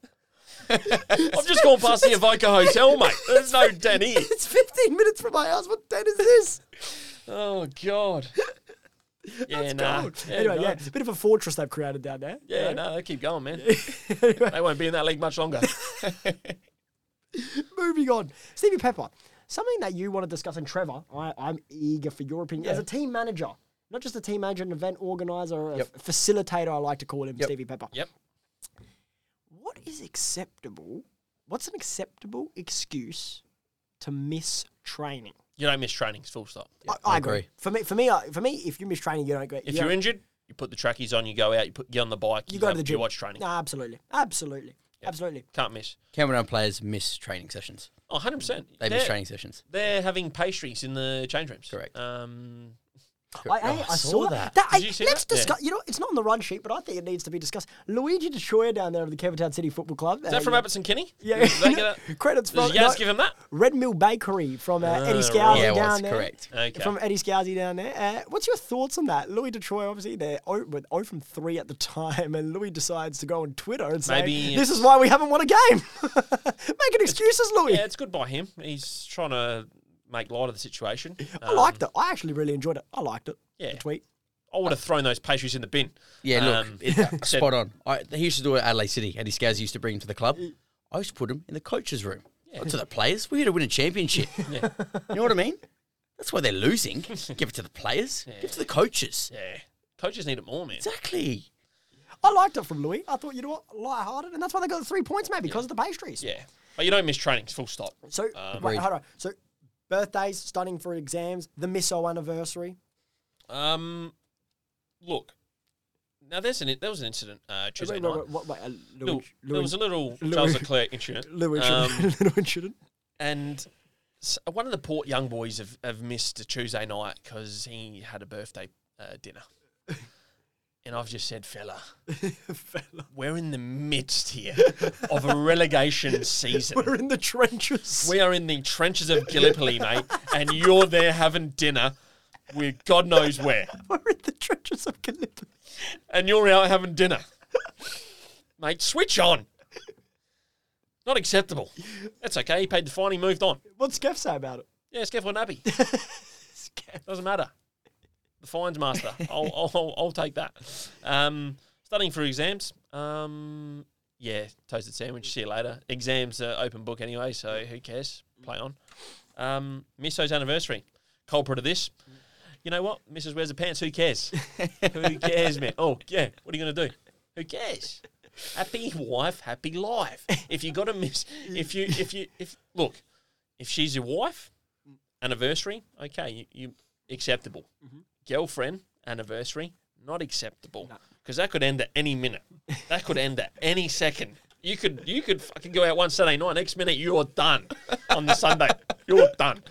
B: I've just gone past the Evoca Hotel, mate. There's no den here.
A: It's 15 minutes from my house. What den is this?
B: Oh God. Yeah,
A: It's
B: nah.
A: cold.
B: Yeah,
A: anyway,
B: no.
A: yeah, it's a bit of a fortress they've created down there.
B: Yeah, no, they keep going, man.
A: Anyway,
B: They won't be in that league much longer.
A: moving on. Stevie Pepper, something that you want to discuss, and Trevor, I, I'm eager for your opinion. As a team manager, not just a team manager, an event organizer, a
C: Yep.
A: f- facilitator, I like to call him,
C: Yep.
A: Stevie Pepper.
B: Yep.
A: What is acceptable? What's an acceptable excuse to miss training?
B: You don't miss trainings, full stop.
A: I, I
C: I
A: agree.
C: agree.
A: For me, for me, I, for me, if you miss training, you don't go.
B: If
A: you
B: you're
A: don't-
B: injured, you put the trackies on, you go out, you put get on the bike,
A: you go
B: have-
A: to the gym.
B: you watch training.
A: No, absolutely, absolutely, absolutely.
B: Can't miss.
C: Cameron players miss training sessions.
B: Oh, 100 percent.
C: They miss training sessions.
B: They're having pastries in the change rooms.
C: Correct.
B: Um,
A: I, I,
C: Oh,
A: I saw that. that
B: Did
A: I-
B: you see
A: let's
B: that? Yeah.
A: discuss. You know, it's not on the run sheet, but I think it needs to be discussed. Luigi Detroit down there of the Cavertown City Football Club.
B: is that from Abbottson Kinney?
A: Yeah,
B: Did they get that?
A: credits
B: Does
A: from
B: Yaz
A: no,
B: give him Oh, that?
A: Red Mill Bakery from uh, Eddie
B: right.
A: Scousey
C: Yeah, it
A: down
C: was,
A: there.
C: correct.
B: Okay.
A: From Eddie Scousey down there. Uh, what's your thoughts on that? Louis Detroit, obviously, they're 0, with 0 from 3 at the time, and Louis decides to go on Twitter and say,
B: Maybe
A: This is why we haven't won a game. Making excuses, Louis.
B: yeah, it's good by him. He's trying to make light of the situation. Uh,
A: I liked it. I actually really enjoyed it. I liked it.
B: Yeah.
A: The tweet.
B: I would have thrown those pastries in the bin.
C: Yeah, look,
B: Um,
C: it- uh, spot on. I, he used to do it at Adelaide City. Eddie Scouse used to bring him to the club. I used to put him in the coach's room. Not to the players. We're here to win a championship.
B: Yeah.
C: You know what I mean? That's why they're losing. Give it to the players. Give it to the coaches.
B: Yeah. Coaches need it more, man.
C: Exactly.
A: I liked it from Louis. I thought, you know what, lighthearted, and that's why they got the three points, mate, because of the pastries.
B: Yeah. But you don't miss trainings, full stop.
A: So wait,
C: Agreed.
A: hold on. So birthdays, studying for exams, the missile anniversary.
B: Um, look. Now, there's an, there was an incident uh, Tuesday
A: Wait, wait,
B: night.
A: wait, what- wait, uh,
B: Little-
A: Lewin-
B: there
A: Lewin-
B: was a little
A: Lewin-
B: Charles Leclerc incident.
A: Lewin
B: Um,
A: shouldn't- Lewin shouldn't.
B: and s one of the Port young boys have, have missed a Tuesday night because he had a birthday uh, dinner. and I've just said, fella, we're in the midst here of a relegation season.
A: We're in the trenches.
B: We are in the trenches of Gallipoli, mate, and you're there having dinner with God knows where.
A: We're in the trenches of Gallipoli.
B: and you're out having dinner. Mate, switch on. Not acceptable. That's okay. He paid the fine. He moved on.
A: What's Skeff say about it?
B: Yeah, it's Kevin Abbey. Doesn't matter. The fines master. I'll, I'll- I'll, I'll take that. Um, studying for exams. Um, yeah, toasted sandwich. See you later. Exams are open book anyway, so who cares? Play on. Um, Misso's anniversary. Culprit of this. You know what? Mrs. Wears the pants. Who cares? who cares, man? Oh, yeah. What are you going to do? Who cares? Happy wife, happy life. If you got to miss, if you, if you, if, look, if she's your wife, anniversary, okay, you, you acceptable. Girlfriend, anniversary, not acceptable because that could end at any minute. That could end at any second. You could you could fucking go out one Saturday night, next minute you're done on the Sunday. You're done.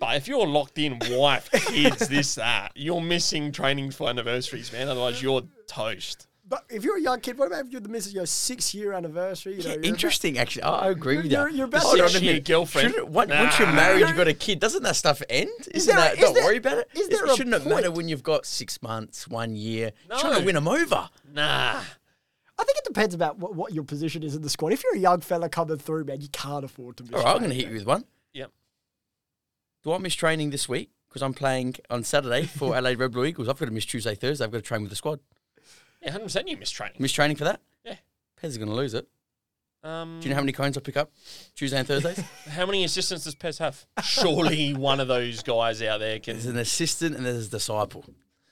B: But if you're locked in, wife, kids, this, that, you're missing training for anniversaries, man. Otherwise, you're toast.
A: But if you're a young kid, what about if you're the missus your six year anniversary? You know,
C: Yeah,
A: you're
C: interesting, actually. I, I agree with
A: You're-
C: you.
A: you're better
C: Hold on a
B: than your
C: minute.
B: girlfriend.
C: Shouldn't- what- Once you're
B: Nah.
C: married, you've got a kid. Doesn't that stuff end? Isn't
A: there a-
C: that,
A: is
C: don't
A: there-
C: worry about it.
A: is there a
C: shouldn't it matter
A: point?
C: when you've got six months, one year?
B: No.
C: Trying to win them over.
B: Nah.
A: I think it depends about what, what your position is in the squad. If you're a young fella coming through, man, you can't afford to miss.
C: All right, I'm
A: training.
C: going to hit you with one.
B: Yep.
C: Do I miss training this week? Because I'm playing on Saturday for LA Red Blue Eagles. I've got to miss Tuesday, Thursday. I've got to train with the squad.
B: Yeah, hundred percent. You miss training.
C: Miss training for that?
B: Yeah.
C: Pez is going to lose it.
B: Um,
C: Do you know how many cones I pick up Tuesday and Thursdays?
B: how many assistants does Pez have? Surely one of those guys out there can.
C: there's an assistant and there's a disciple.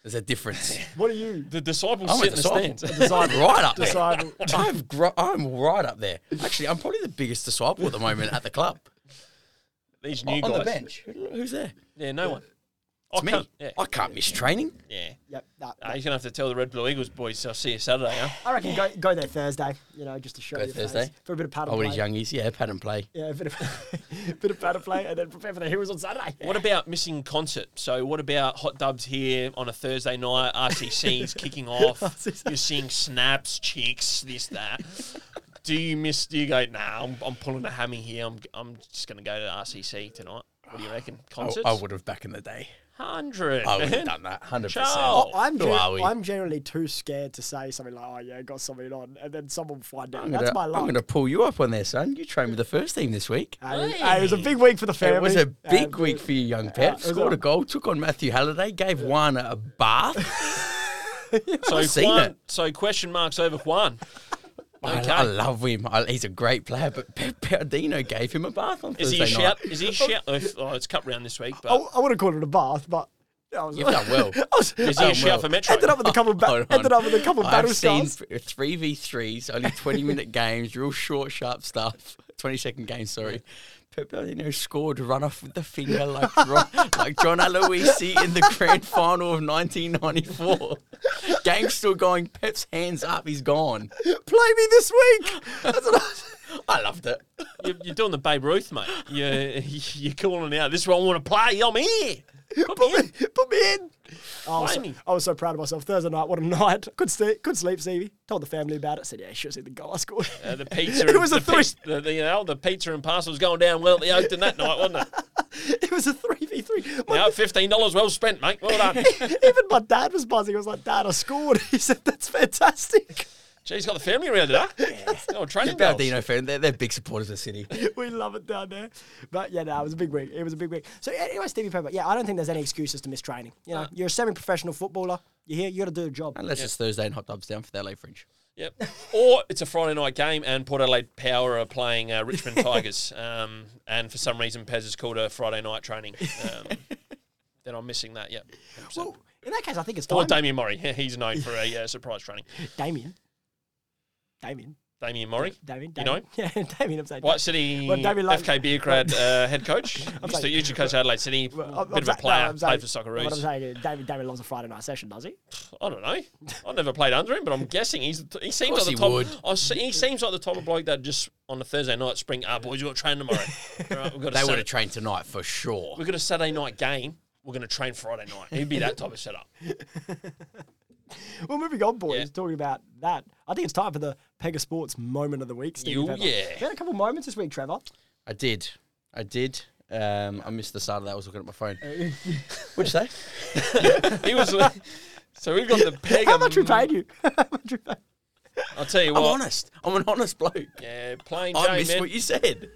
C: There's a difference.
A: What are you,
B: The disciples
C: I'm a
B: sit in the
C: disciple.
B: stands.
C: I'm right up there.
A: disciple?
C: I'm, gro- I'm right up there. Actually, I'm probably the biggest disciple at the moment at the club.
B: These new
C: on
B: guys
C: the bench. Who- Who's there?
B: Yeah, no one.
C: It's
B: I
C: me.
B: can't- Yeah.
C: I can't miss training.
B: yeah.
A: yep, that,
B: Uh, he's gonna have to tell the Red Blue Eagles boys. I'll see you Saturday. Huh?
A: I reckon go, go there Thursday, you know, just to show
C: Go
A: your
C: Thursday?
A: face. For a bit of paddle
C: Oh,
A: play.
C: these youngies. Yeah, pad and play.
A: Yeah, a bit of, bit of paddle play and then prepare for the Heroes on Saturday.
B: What about missing concert? So what about hot dubs here on a Thursday night? RCC's kicking off.
A: RCC.
B: You're seeing snaps, chicks, this that. Do you miss? Do you go? Nah, I'm, I'm pulling a hammy here. I'm I'm just gonna go to RCC tonight. What do you reckon?
C: I,
B: Concerts?
C: I would have back in the day.
B: Hundred.
C: I would have done that. 100%.
B: Charles.
A: I- I'm,
C: Who are we?
A: I'm generally too scared to say something like, "Oh yeah, got something on," and then someone find out.
C: I'm
A: That's
C: gonna,
A: my
C: I'm
A: luck.
C: gonna pull you up on there, son. You trained with the first team this week.
A: Hey, hey, it was a big week for the family.
C: It was a big
A: And, uh,
C: week for you, young
A: it
C: Pep.
A: was
C: Scored
A: a-
C: a goal, took on Matthew Halliday, gave Juan a bath.
B: So
C: I've seen
B: Juan.
C: it.
B: So question marks over Juan.
C: I-
B: Okay.
C: I, love him. I, he's a great player, but Pep Paudino gave him a bath on
B: Is
C: Thursday
B: he a
C: night.
B: shout? Is he a shout? Oh, oh, it's cup round this week, but
C: Oh.
A: I, would have called it a bath, but I was,
C: You've done well.
A: I was,
B: is he
A: I
B: a shout for Metro?
A: ended up with a couple. Ba-
C: Hold on.
A: ended up with a couple battle
C: I've seen
A: scars.
C: three v threes, only twenty minute games, real short, sharp stuff. Twenty second game, sorry. Pep Paulino scored run off with the finger like Ron, like John Aloisi in the grand final of nineteen ninety four. Game's still going. Pep's hands up. He's gone.
A: Play me this week. That's what I was-
C: I loved it.
B: You're, you're doing the Babe Ruth, mate. You're, you're calling out. This is what I want to play. I'm here. Put me in.
A: Put me in. Oh, I was,
B: Play
A: so,
B: me.
A: I was so proud of myself. Thursday night, what a night. Could sleep, could sleep, Stevie. Told the family about it. Said, yeah, should have seen the goal I scored.
B: Uh, the pizza.
A: It was
B: the
A: a three.
B: piz- the, the, you know, the pizza and parcels going down well at the Oakton that night, wasn't it?
A: it was a three v three.
B: You know, fifteen dollars well spent, mate. Well done.
A: Even my dad was buzzing. I was like, Dad, I scored. He said, That's fantastic.
B: Jeez, got the family around it, huh? Oh, training
C: Pep
B: bells.
C: Paudino fan. They're, they're big supporters of City.
A: we love it down there. But yeah, no, it was a big week. It was a big week. So anyway, Stevie Pepper, yeah, I don't think there's any excuses to miss training. You know, you're a semi professional footballer. You're here, you gotta do a job.
C: Unless it's Thursday and hot tubs down for the LA Fringe.
B: Yep. Or it's a Friday night game, and Port Adelaide Power are playing uh, Richmond Tigers, um, and for some reason Pez has called a Friday night training. Um, then I'm missing that. Yep. 100%.
A: Well, in that case I think it's
B: Or
A: time.
B: Damien Murray. He's known for a uh, surprise training.
A: Damien. Damien.
B: Damien Murray.
A: Damien.
B: You know
A: Damien. Yeah, Damien, I'm saying.
B: White City
A: Well, David Lang-
B: FK Beercrad uh, head coach. used, to,
A: saying-
B: used to coach Adelaide City.
A: Well, I'm- I'm
B: bit of a
A: saying- no,
B: player.
A: I'm
B: played for
A: saying- What I'm
B: Socceroos.
A: saying is Damien, Damien loves a Friday night session, does he?
B: I don't know. I never played under him, but I'm guessing he's he seems
C: course
B: like the
C: he
B: top.
C: would.
B: I see- he seems like the type of bloke that just on a Thursday night spring. Ah, boys, we have got to train tomorrow. All right, we've got a
C: They would
B: Saturday,
C: have trained tonight for sure.
B: we've got a Saturday night game. We're going to train Friday night. He'd be that type of setup.
A: Well, moving on, boys.
B: Yeah.
A: Talking about that, I think it's time for the Pega Sports moment of the week. Stevie
B: You-
A: Pepper.
B: yeah.
A: We had a couple moments this week, Trevor.
C: I did. I did. Um, I missed the start of that. I was looking at my phone. What'd you say?
B: He was. So we've got the peg.
A: How much we paid you? How much we paid?
B: I'll tell you
C: I'm
B: what.
C: honest. I'm an honest bloke.
B: Yeah, plain
C: I
B: Jane.
C: missed what you said.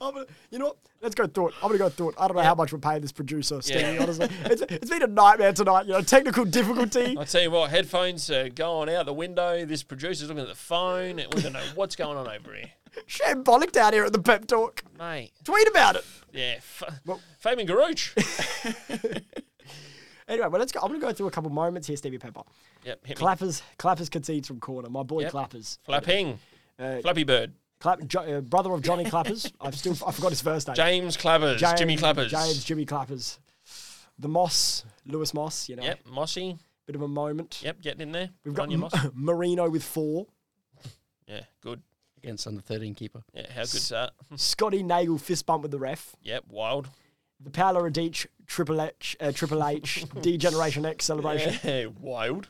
A: I'm gonna, you know what? Let's go thought. I'm gonna go thought. I don't know how much we're paying this producer, Stevie.
B: Yeah.
A: Honestly, it's, it's been a nightmare tonight. You know, technical difficulty.
B: I tell you what, headphones are going out the window. This producer's looking at the phone. We don't know what's going on over here,
A: Shambolic down here at the pep talk.
B: mate.
A: Tweet about it.
B: Yeah, f-
A: Well-
B: Fabian Garouche.
A: Anyway, well, let's go. I'm gonna go through a couple moments here, Stevie Pepper.
B: yep, hit me.
A: Clappers, clappers concedes from corner. My boy
B: Yep.
A: Clappers,
B: Flapping,
A: Uh,
B: Flappy Bird,
A: Clap, jo, uh, brother of Johnny Clappers. I've still I forgot his first name.
B: James Clappers,
A: James-
B: Jimmy Clappers.
A: James Jimmy Clappers. The Moss, Lewis Moss, you know,
B: Yep, Mossy.
A: bit of a moment.
B: Yep, getting in there.
A: We've got
B: your
A: M-
B: Moss.
A: Marino with four,
B: Yeah, good.
C: Against under 13 keeper.
B: Yeah, how good's that?
A: Scotty Nagel fist bump with the ref,
B: Yep, wild.
A: the Paolo Radich Triple H, uh, Triple H D Generation X celebration,
B: Yeah, wild.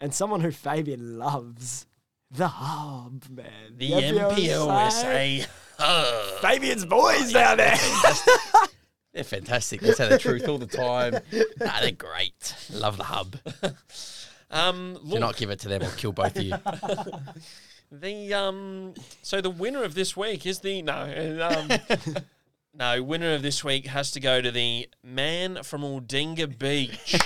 A: and someone who Fabian loves, the Hub man,
B: The
A: FBO side.
B: MPOSA. Oh,
A: Fabian's boys down there.
C: They're fantastic. They tell the truth all the time. Nah, they're great. Love the hub.
B: um,
C: Do
B: look,
C: not give it to them. I'll kill both of you.
B: the um, so the winner of this week is the no. uh, Um, No, winner of this week has to go to the man from Aldinga Beach,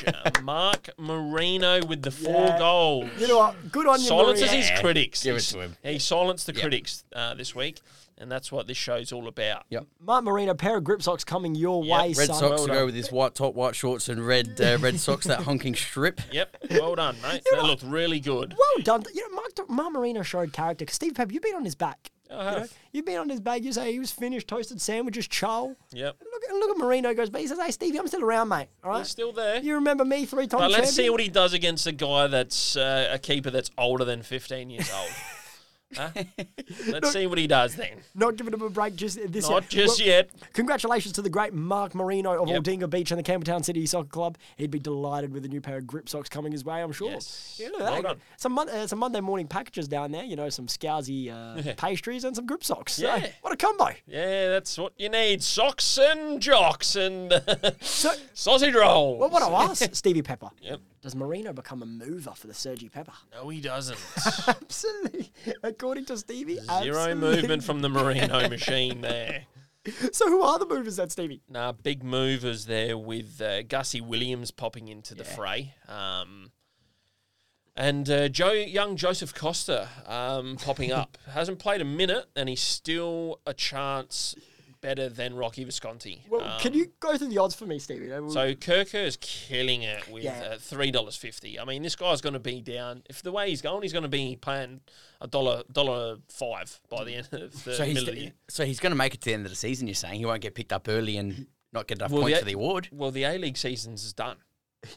B: Mark Marino, with the four
A: Yeah.
B: goals.
A: You know what? Good on you,
B: silences
A: Maria.
B: his critics.
C: Give it
B: He's-
C: to him.
B: He silenced the critics uh, this week, and that's what this show's all about.
C: Yep.
A: Mark Marino, pair of grip socks coming your
B: Yep,
A: way,
B: red
C: Red
A: son.
C: Sox
B: well
C: to
B: done.
C: go with his white top, white shorts, and red uh, red socks. That honking strip.
B: Yep. Well done, mate. that looked really good.
A: Well done. You know, Mark, Mark Marino showed character. 'cause Steve Pep, you've been on his back.
B: I have.
A: You know, you've been on his back. You say he was finished, toasted sandwiches, chow.
B: Yep.
A: Look, at- look at Marino goes, but he says, hey, Stevie, I'm still around, mate. All right?
B: He's still there.
A: You remember me three times
B: But let's see
A: champion?
B: what he does against a guy that's uh, a keeper that's older than 15 years old. Huh? Let's see what he does then.
A: Not giving him a break just this
B: Not
A: year.
B: just
A: Well,
B: yet.
A: Congratulations to the great Mark Marino of
B: Yep.
A: Aldinga Beach and the Campbelltown City Soccer Club. He'd be delighted with a new pair of grip socks coming his way, I'm sure.
B: Yes.
A: Yeah, look at
B: Well
A: that.
B: done.
A: Some, mon- uh, some Monday morning packages down there, you know, some scousy uh, pastries and some grip socks. So,
B: Yeah.
A: what a combo.
B: Yeah, that's what you need. Socks and jocks and
A: So,
B: sausage rolls.
A: well, what I ask, Stevie Pepper.
B: Yep.
A: Does Marino become a mover for the Sergi Pepper?
B: No, he doesn't.
A: Absolutely. According to Stevie,
B: Zero movement from the Merino machine there.
A: So who are the movers then, Stevie?
B: Nah, big movers there with uh, Gussie Williams popping into the fray. Um, and uh, Joe, young Joseph Costa um, popping up. Hasn't played a minute, and he's still a chance better than Rocky Visconti.
A: Well,
B: Um,
A: can you go through the odds for me, Stevie? Uh,
B: So Kirker is killing it with
A: Yeah.
B: uh, three dollars fifty. I mean, this guy's going to be down. If the way he's going, he's going to be paying a dollar dollar five by the end of the
C: So he's
B: middle of the year.
C: so he's going to make it to the end of the season. You're saying he won't get picked up early and not get enough
B: Well,
C: points
B: the-
C: for the award.
B: Well, the A League season's is done.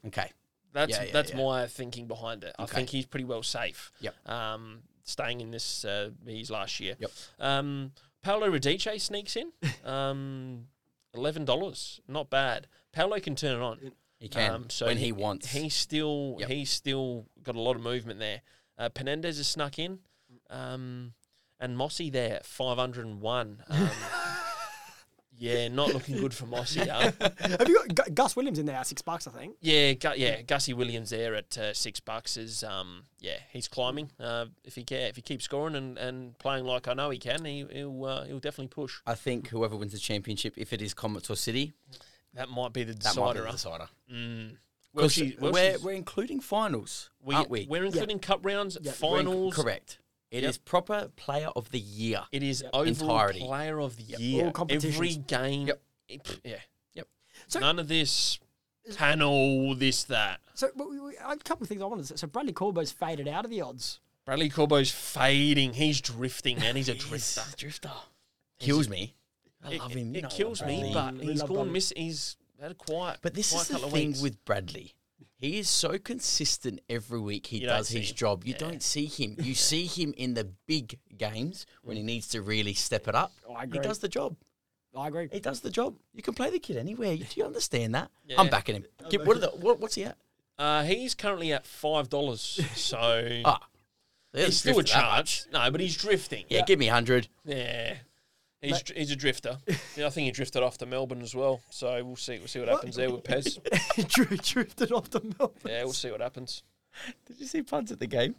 C: Okay.
B: That's
C: Yeah, yeah,
B: that's
C: yeah.
B: my thinking behind it. I
C: Okay.
B: think he's pretty well safe.
C: Yep.
B: Um, staying in this uh, his last year.
C: Yep.
B: Um, Paolo Radice sneaks in. Um, eleven dollars, not bad. Paolo can turn it on.
C: He can
B: Um, so
C: when
B: he-
C: he, wants.
B: He's still
C: Yep.
B: he's still got a lot of movement there. Uh, Penendez has snuck in, um, and Mossy there at five hundred and one. Um, yeah, not looking good for eh? Mossy. huh?
A: Have you got Gu- Gus Williams in there? Six bucks, I think.
B: yeah, Gu- yeah. Gussie Williams there at uh, six bucks is um, yeah he's climbing. Uh, if he can, if he keeps scoring and, and playing like I know he can, he, he'll uh, he'll definitely push.
C: I think whoever wins the championship, if it is Comets or City,
B: That might be the
C: that might
B: decider.
C: be the
B: huh?
C: decider.
B: Mm. Well,
C: Because
B: she, well,
C: we're,
B: she's-
C: we're including finals,
B: we,
C: aren't we?
B: are including cup rounds,
A: Yeah.
C: We're in-
B: finals,
C: correct. It is
B: Yep.
C: proper player of the year.
B: It is overall
C: Entirety.
B: player of the year.
A: All
B: Every
A: competitions.
B: game.
C: Yep.
B: It- pff, yeah.
C: Yep.
A: So-
B: None of this panel, this, that.
A: So but we, we, a couple of things I wanted to say. So Bradley Corbo's faded out of the odds.
B: Bradley Corbo's fading. He's drifting, and he's a drifter.
C: Drifter. Kills me. I
B: It-
C: love
B: it-
C: him. you
B: It,
C: know I
B: kills
C: love
B: me,
C: Bradley.
B: but
A: We
B: he's
A: love
B: gone
A: Bradley.
B: miss. He's had a quiet.
C: But this
B: quiet
C: is the
B: couple of
C: thing
B: weeks.
C: with Bradley. He is so consistent every week. He
B: You don't
C: does
B: see
C: his
B: him.
C: job. You don't see him. You see him in the big games when he needs to really step it up.
A: Oh, I
C: He
A: agree.
C: does the job.
A: I agree.
C: He does the job. You can play the kid anywhere. Do you understand that?
B: Yeah.
C: I'm backing him. Give- what are the, what, what's he at?
B: Uh, he's currently at $5. So.
C: Ah, there's
B: Oh, He's still a
C: drifter, that much.
B: charge. No, but he's drifting.
C: Yeah, give me hundred.
B: Yeah. He's, dr- he's a drifter. yeah, I think he drifted off to Melbourne as well. So we'll see we'll see what happens there with Pez.
A: Dri- drifted off the Melbourne
B: Yeah, we'll see what happens.
C: Did you see puns at the game?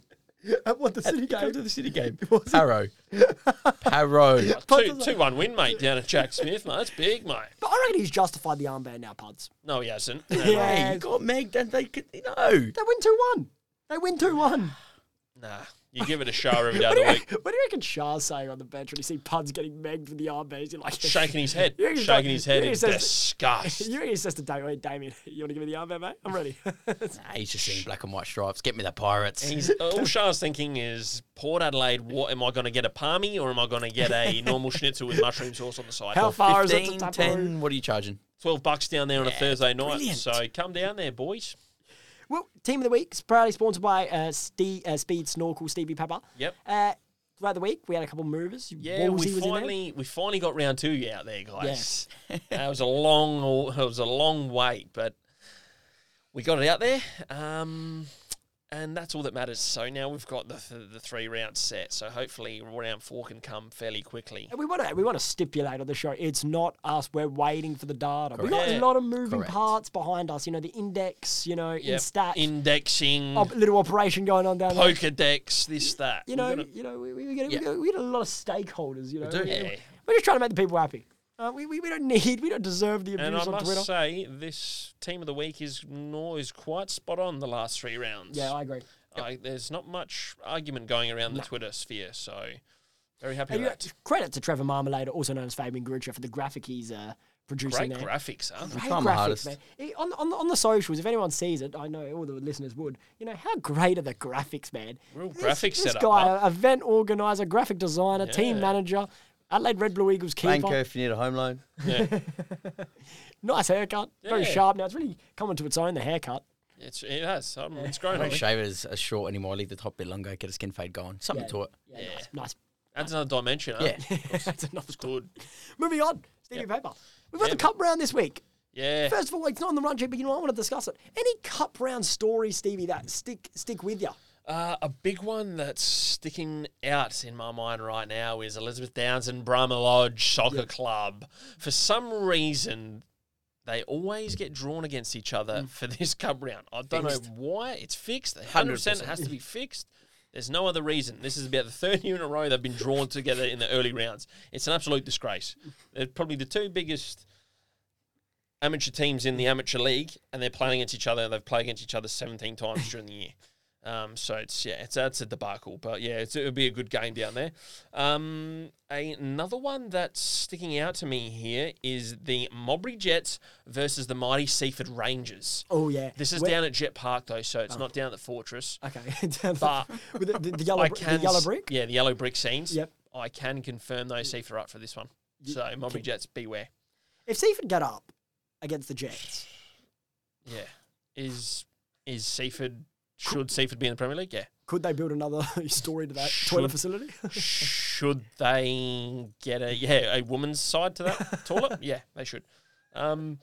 A: at what the city game.
C: to the city game. Paro. Paro.
A: Punt
B: Two,
A: is
B: two one win, mate, down at Jack Smith, mate. That's big, mate.
A: But I reckon he's justified the armband now, Puds.
B: No, he hasn't. No,
A: Yeah.
C: Hey, you got Meg, and they could no.
A: They win two one. They win two one.
B: Nah, you give it a shower every
A: What do,
B: other
A: you,
B: week.
A: what do you reckon Shah's saying on the bench when you see Puds getting megged with the armbands? You're like
B: Shaking his head,
A: You reckon he's
B: shaking
A: like-
B: his head
A: you
B: in
A: reckon he says-
B: disgust.
A: You reckon he says to Damien, "Hey, Damien, you want to give me the armband, mate? I'm ready.
C: Nah, he's just seeing black and white stripes. Get me the pirates.
B: He's, uh, all Shah's thinking is Port Adelaide. What am I going to get a palmy or am I going to get a normal schnitzel with mushroom sauce on the side?
A: How far is it to
C: 15,
A: Tupperware?
C: 10, What are you charging?
B: Twelve bucks down there on a Thursday night.
C: brilliant.
B: So come down there, boys.
A: Well, team of the week is proudly sponsored by uh, Ste uh, Speed Snorkel Stevie Pepper.
B: Yep.
A: Uh, throughout the week, we had a couple movers.
B: Yeah,
A: Wolsey
B: we
A: was in there.
B: finally we finally got round two out there, guys. that was a long it was a long wait, but we got it out there. Um, and that's all that matters. So now we've got the th- the three rounds set. So hopefully round four can come fairly quickly.
A: And Uh, we want to we want to stipulate on the show. It's not us. We're waiting for the data. We've got a
B: Correct.
A: lot of moving
C: Correct.
A: parts behind us. You know, the index. You know, in
B: Yep.
A: stat.
B: Indexing,
A: op- little operation going on down there.
B: Pokedex, this that.
A: You
B: We're
A: know,
B: gonna-
A: you know, we, we, get, we,
C: Yeah.
A: get, we get a lot of stakeholders. You know,
C: do.
A: We-
B: Yeah.
A: we're just trying to make the people happy. Uh, we, we, we don't need, we don't deserve the
B: And
A: abuse
B: I
A: on
B: must
A: Twitter.
B: say, this team of the week is no, is quite spot on the last three rounds.
A: yeah, I agree.
B: I, there's not much argument going around the Twitter sphere, so very happy
A: And
B: with
A: you know,
B: that.
A: credit to Trevor Marmalade, also known as Fabian Grucha, for the graphic he's uh, producing
B: Great
A: there.
B: graphics, huh?
A: Great
C: Try my
A: graphics,
C: hardest.
A: man. It- on, on, the- on the socials, if anyone sees it, I know all the listeners would. You know how great are the graphics, man?
B: Real
A: This-
B: graphic
A: This
B: setup,
A: guy, uh, a- event organizer, graphic designer, team
B: Yeah.
A: manager, Adelaide Red Blue Eagles keeper.
C: Blanco, if you need a home loan.
B: Yeah.
A: Nice haircut, very
B: Yeah.
A: sharp. Now it's really coming to its own. The haircut.
B: It's, it has. Um, It's grown
C: I
B: on
C: don't
B: me.
C: shave it as, as short anymore. I leave the top bit longer, get a skin fade going. Something
A: Yeah.
C: to it.
A: Yeah,
B: Yeah.
A: nice.
B: Adds another dimension, huh?
C: Yeah.
A: nice. That's another
B: It's good.
A: Moving on, Stevie Paper. We've got the
B: Yeah, man.
A: cup round this week.
B: Yeah.
A: First of all, it's not on the run sheet, but you know I want to discuss it. Any cup round story, Stevie, that stick stick with you?
B: Uh, a big one that's sticking out in my mind right now is Elizabeth Downs and Brahma Lodge Soccer Club. For some reason, they always get drawn against each other for this cup round. I don't
C: Fixed.
B: know why. It's fixed. 100% it has to be fixed. There's no other reason. This is about the third year in a row they've been drawn together in the early rounds. It's an absolute disgrace. They're probably the two biggest amateur teams in the amateur league, and they're playing against each other. They've played against each other 17 times during the year. Um, so it's yeah, it's that's a debacle, but yeah, it's, it'll be a good game down there. Um, another one that's sticking out to me here is the Mobry Jets versus the mighty Seaford Rangers.
A: Oh yeah.
B: This is
A: Where-
B: down at Jet Park though, so it's not down at the Fortress.
A: Okay. Down the-
B: But
A: with the, the, the yellow
B: I
A: br-
B: can
A: the yellow
B: s-
A: brick.
B: yeah, the yellow brick scenes.
A: Yep.
B: I can confirm though, Seaford are up for this one. So Mobry Jets, beware.
A: If Seaford get up against the Jets,
B: Yeah, is is Seaford should Seaford be in the Premier League? Yeah.
A: could they build another story to that toilet
B: Should-
A: facility?
B: should they get a yeah a woman's side to that toilet? Yeah, they should. Um,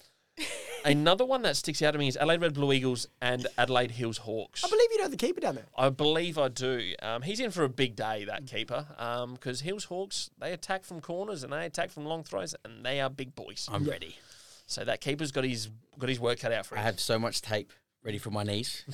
B: another one that sticks out to me is Adelaide Red Blue Eagles and Adelaide Hills Hawks.
A: I believe you know the keeper down there.
B: I believe I do. Um, he's in for a big day, that keeper, because Hills Hawks they attack from corners and they attack from long throws, and they are big boys.
C: I'm ready.
B: So that keeper's got his got his work cut out for
C: I
B: him.
C: have so much tape ready for my knees.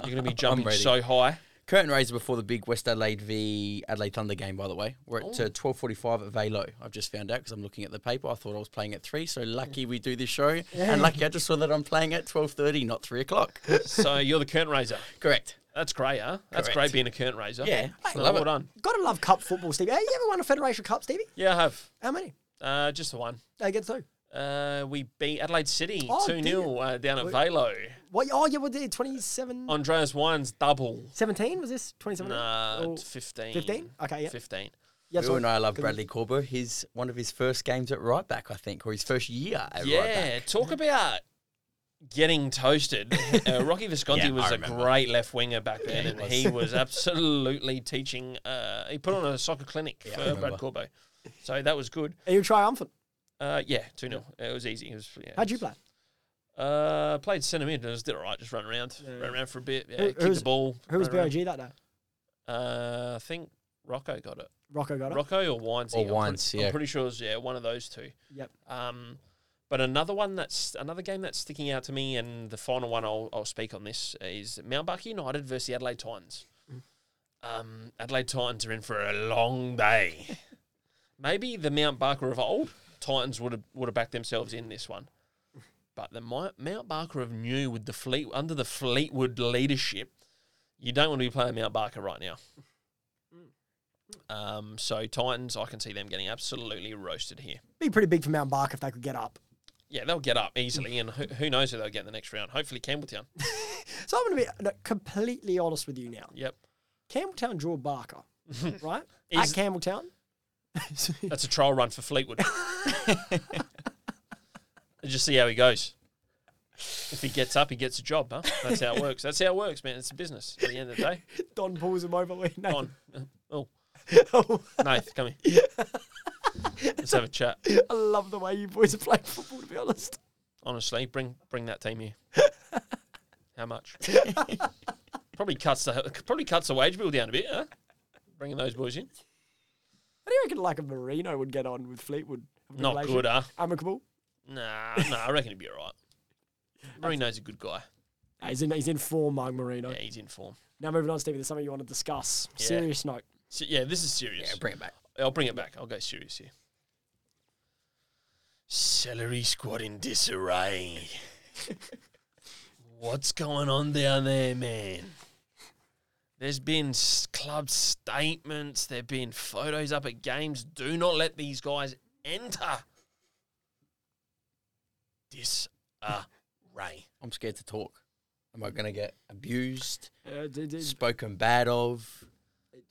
B: You're going to be jumping
C: ready.
B: so high.
C: Curtain raiser before the big West Adelaide v Adelaide Thunder game, by the way. We're at uh, 12.45 at Velo. I've just found out because I'm looking at the paper. I thought I was playing at 3, so lucky we do this show. And lucky I just saw that I'm playing at 12.30, not 3 o'clock.
B: So you're the curtain raiser.
C: Correct.
B: That's great, huh? That's
C: Correct.
B: great being a curtain raiser.
C: Yeah, I
B: So
C: love
B: well
C: it.
B: done.
A: Gotta love cup football, Stevie. Have you ever won a Federation Cup, Stevie?
B: Yeah, I have.
A: How many?
B: Uh, just the one.
A: They get through.
B: Uh, we beat Adelaide City
A: Oh,
B: two
A: did
B: 0 uh, down at Velo.
A: What? Oh yeah, well they 27,
B: Andreas Wine's double.
A: 17 was this? Twenty seven?
B: Oh. Nah, it's 15.
A: 15? Oh, Okay, yeah.
B: Fifteen.
A: Yeah,
C: Bill
A: so
C: and I love Bradley Corbo. His one of his first games at right back, I think, or his first year at right
B: yeah,
C: back.
B: talk about getting toasted. uh, Rocky Visconti
C: Yeah,
B: was
C: I
B: a
C: remember.
B: great left winger back then,
C: he
B: and he was absolutely teaching. Uh, he put on a soccer clinic
C: Yeah, I
B: for Brad
C: remember.
B: Corbo, so that was good.
A: Are you triumphant?
B: Uh, yeah, two 0 It was easy. It was. Yeah,
A: How'd you play?
B: Uh, played centre mid. and was did all right. Just run around, ran around for a bit. Yeah,
A: Who-
B: kicked
A: who was-
B: the ball.
A: Who was
B: ran around.
A: BOG that day?
B: Uh, I think Rocco got it.
A: Rocco got it.
B: Rocco or Wines?
C: Or Wines, yeah.
B: I'm pretty sure it was yeah, one of those two.
A: Yep.
B: Um, but another one that's another game that's sticking out to me, and the final one I'll, I'll speak on this is Mountbatten United versus the Adelaide Titans.
A: Mm.
B: Um, Adelaide Titans are in for a long day. Maybe the Mount Barker of old Titans would have would have backed themselves in this one, but the Mi- Mount Barker of new with the fleet under the Fleetwood leadership, you don't want to be playing Mount Barker right now. Um, so Titans, I can see them getting absolutely roasted here.
A: Be pretty big for Mount Bark if they could get up.
B: Yeah, they'll get up easily, and who, who knows who they'll get in the next round? Hopefully, Campbelltown.
A: So I'm going to be uh, completely honest with you now.
B: Yep,
A: Campbelltown drew Barker, right? At
B: Is-
A: Campbelltown.
B: that's a trial run for Fleetwood. And just see how he goes. If he gets up, he gets a job, huh? That's how it works. That's how it works, man. It's a business at the end of the day.
A: Don pulls him over. Wait, no.
B: Don, oh, Nath, come here. Let's have a chat.
A: I love the way you boys are playing football, to be honest.
B: Honestly, bring bring that team here. How much? probably cuts the probably cuts the wage bill down a bit, huh? Bringing those boys in.
A: How do you reckon like a Marino would get on with Fleetwood? Have a
B: Not
A: relation?
B: good, huh?
A: Amicable.
B: Nah, nah, I reckon he'd be all right. Marino's a good guy.
A: Ah, he's in he's in form, Mark Marino.
B: Yeah, he's in form.
A: Now moving on, Stevie, there's something you want to discuss.
B: Yeah.
A: Serious note.
B: So, yeah, this is serious.
C: Yeah, bring it back.
B: I'll bring it back. I'll go serious here. Celery squad in disarray. What's going on down there, man? There's been s- club statements. There've been photos up at games. Do not let these guys enter. Disarray.
C: I'm scared to talk. Am I going to get abused,
A: Uh, d- d-
C: spoken bad of,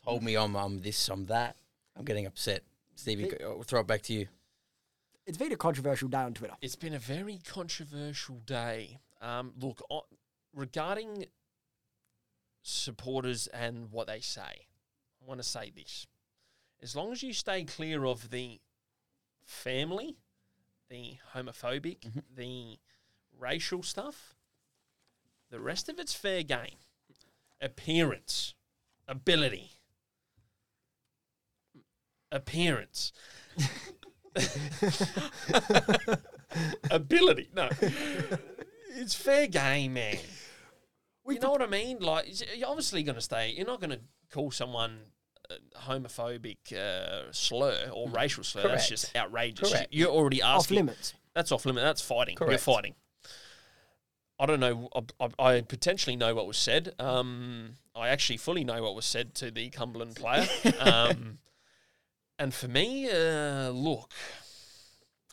C: told me I'm, I'm this, I'm that? I'm getting upset. Stevie,
A: It-
C: I'll throw it back to you.
A: it's been a controversial day on Twitter.
B: It's been a very controversial day. Um, look, o- regarding supporters and what they say, I want to say this. As long as you stay clear of the family, the homophobic, the racial stuff, the rest of it's fair game. Appearance, ability, appearance. ability. No, it's fair game, man.
A: We
B: you know what I mean? Like, is- you're obviously going to stay. You're not going to call someone a homophobic uh, slur or racial slur. That's
C: Correct.
B: just outrageous.
C: Correct.
B: You're already asking.
A: Off limits.
B: That's off limit. That's fighting. You're
C: Correct.
B: fighting. I don't know. I, I, I potentially know what was said. Um, I actually fully know what was said to the Cumberland player. Um, and for me, uh, look,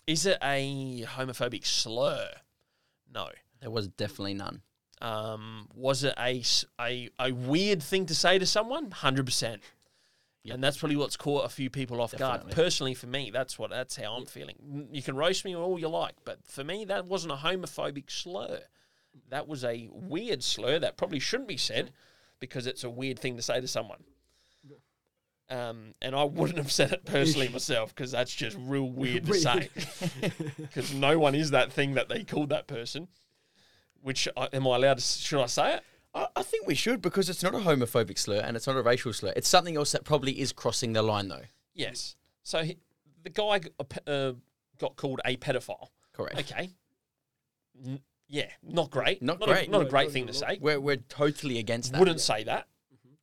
B: is it a homophobic slur? No.
C: There was definitely none.
B: Um, was it a, s- a- a weird thing to say to someone? Hundred percent.
C: Yep.
B: And that's probably what's caught a few people off guard.
C: Definitely.
B: Personally, for me, that's what that's how I'm feeling. N- You can roast me all you like, but for me, that wasn't a homophobic slur. That was a weird slur that probably shouldn't be said because it's a weird thing to say to someone. Um, and I wouldn't have said it personally myself because that's just real weird to say. Because no one is that thing that they called that person. Which I, am I allowed to? Should I say it?
C: I, I think we should because it's not a homophobic slur and it's not a racial slur. It's something else that probably is crossing the line, though.
B: Yes. So he, the guy g- a pe- uh, got called a pedophile.
C: Correct.
B: Okay. N- yeah, not great.
C: Not
B: A,
C: great.
B: not a
A: No,
B: great
A: not
B: thing to
A: at
B: say.
C: We're, we're totally against that.
B: Wouldn't say that.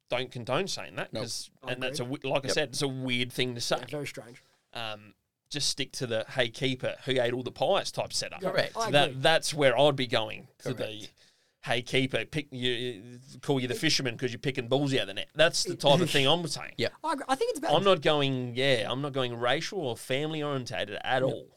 B: Don't condone saying that.
C: Nope.
B: 'cause-
A: I
B: and that's a we- like I
C: Yep.
B: said, it's a weird thing to say.
A: Yeah, very strange.
B: Um, just stick to the hey keeper who ate all the pies type setup.
C: Correct.
A: I agree.
B: That that's where I'd be going to the
C: Correct.
B: hey keeper pick you- you call you the fisherman because you're picking balls out of the net. That's the type of thing I'm saying.
C: Yeah.
A: I, agree. I think it's about
B: I'm not going. Yeah, I'm not going racial or family orientated at all.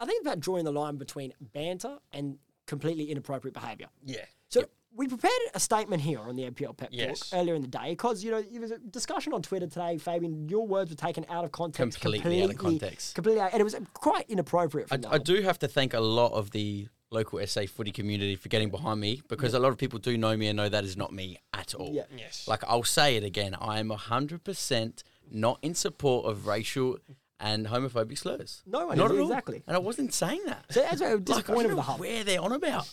A: I think it's about drawing the line between banter and completely inappropriate behaviour.
B: Yeah.
A: So we prepared a statement here on the NPL Pep
B: Yes.
A: Talk earlier in the day because you know it was a discussion on Twitter today, Fabian. Your words were taken out of context,
C: Completely out of context.
A: completely, out, and it was quite inappropriate.
C: I,
A: From that.
C: I do have to thank a lot of the local SA footy community for getting behind me because a lot of people do know me and know that is not me at all.
A: Yeah.
B: Yes.
C: Like I'll say it again, I am 100% not in support of racial and homophobic slurs.
A: No one
C: not
A: is,
C: at all.
A: exactly.
C: And I wasn't saying that.
A: So that's why I'm
C: like, I don't
A: disappointed with
C: know
A: the hub.
C: where they're on about.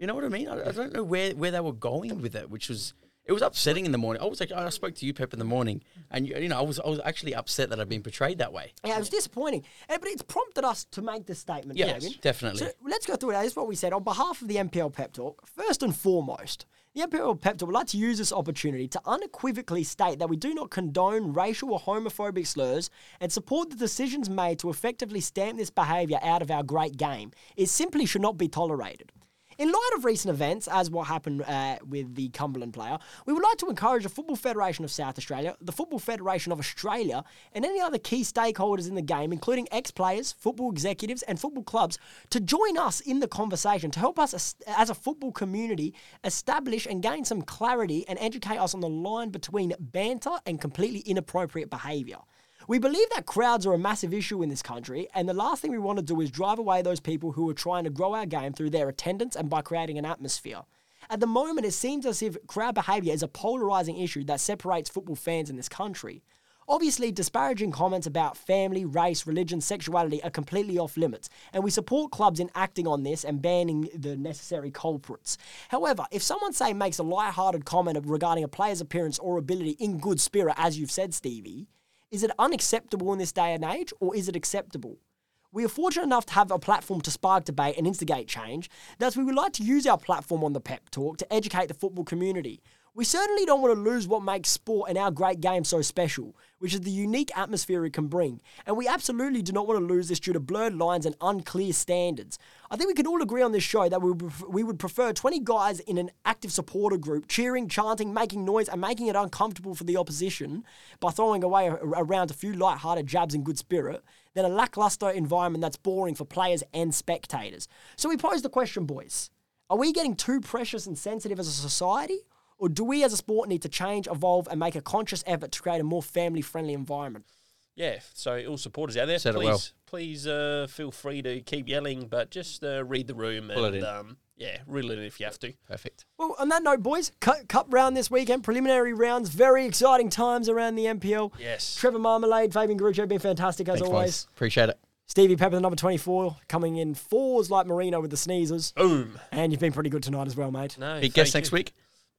C: You know what I mean? I, I don't know where, where they were going with it, which was it was upsetting in the morning. I was like, I spoke to you, Pep, in the morning, and you, you know, I was I was actually upset that I'd been portrayed that way.
A: Yeah, it was disappointing, and, but it's prompted us to make this statement,
C: Yeah,
A: Fabian.
C: definitely.
A: So let's go through it. This is what we said on behalf of the MPL Pep Talk. First and foremost, the MPL Pep Talk would like to use this opportunity to unequivocally state that we do not condone racial or homophobic slurs and support the decisions made to effectively stamp this behaviour out of our great game. It simply should not be tolerated. In light of recent events, as what happened uh, with the Cumberland player, we would like to encourage the Football Federation of South Australia, the Football Federation of Australia, and any other key stakeholders in the game, including ex players, football executives, and football clubs, to join us in the conversation to help us as- as a football community establish and gain some clarity and educate us on the line between banter and completely inappropriate behaviour. We believe that crowds are a massive issue in this country, and the last thing we want to do is drive away those people who are trying to grow our game through their attendance and by creating an atmosphere. At the moment, it seems as if crowd behaviour is a polarising issue that separates football fans in this country. Obviously, disparaging comments about family, race, religion, sexuality are completely off limits, and we support clubs in acting on this and banning the necessary culprits. However, if someone, say, makes a light-hearted comment regarding a player's appearance or ability in good spirit, as you've said, Stevie, is it unacceptable in this day and age, or is it acceptable? We are fortunate enough to have a platform to spark debate and instigate change. Thus, we would like to use our platform on the pep talk to educate the football community. We certainly don't want to lose what makes sport and our great game so special, which is the unique atmosphere it can bring, and we absolutely do not want to lose this due to blurred lines and unclear standards. I think we can all agree on this show that we would pref- we would prefer 20 guys in an active supporter group cheering, chanting, making noise, and making it uncomfortable for the opposition by throwing away a- around a few light-hearted jabs in good spirit than a lackluster environment that's boring for players and spectators. So we pose the question, boys. Are we getting too precious and sensitive as a society? Or do we as a sport need to change, evolve, and make a conscious effort to create a more family friendly environment?
B: Yeah, so all supporters out there,
C: Said it
B: please,
C: well.
B: please uh, feel free to keep yelling, but just uh, read the room
C: Pull it
B: and
C: in.
B: um, yeah, reel it in if you have to.
C: Perfect.
A: Well, on that note, boys, cu- cup round this weekend, preliminary rounds, very exciting times around the NPL.
B: Yes.
A: Trevor Marmalade, Fabian Garuccio been fantastic as
C: Thanks,
A: always.
C: guys. Appreciate it.
A: Stevie Pepper, the number 24, coming in fours like Marino with the sneezers.
B: Boom.
A: And you've been pretty good tonight as well, mate.
B: No,
C: Big guest
B: thank
C: next
B: you.
C: week.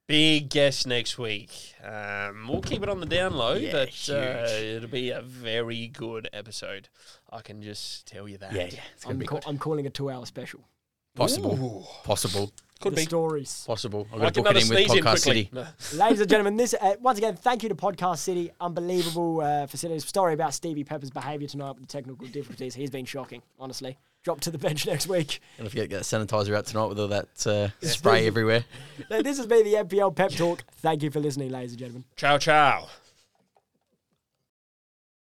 B: Big guest next week. Um, we'll keep it on the down low,
C: Yeah,
B: but
C: huge.
B: uh, it'll be a very good episode. I can just tell you that.
C: It's gonna
A: I'm,
C: be
A: ca-
C: good.
A: I'm calling a two hour special.
C: possible. Possible.
B: Could
A: the
B: be.
A: stories.
C: Possible. I'm
B: I
C: gonna
B: can
C: book it
B: another
C: in with
B: sneeze in
C: Podcast
B: quickly.
C: City.
B: No.
A: Ladies and gentlemen, this uh, once again, thank you to Podcast City. Unbelievable uh, facilities. Sorry about Stevie Pepper's behaviour tonight with the technical difficulties. He's been shocking, honestly. Drop to the bench next week.
C: And if you get that sanitizer out tonight with all that uh, spray everywhere.
A: Now, this has been the NPL Pep Talk. Thank you for listening, ladies and gentlemen.
B: Ciao, ciao.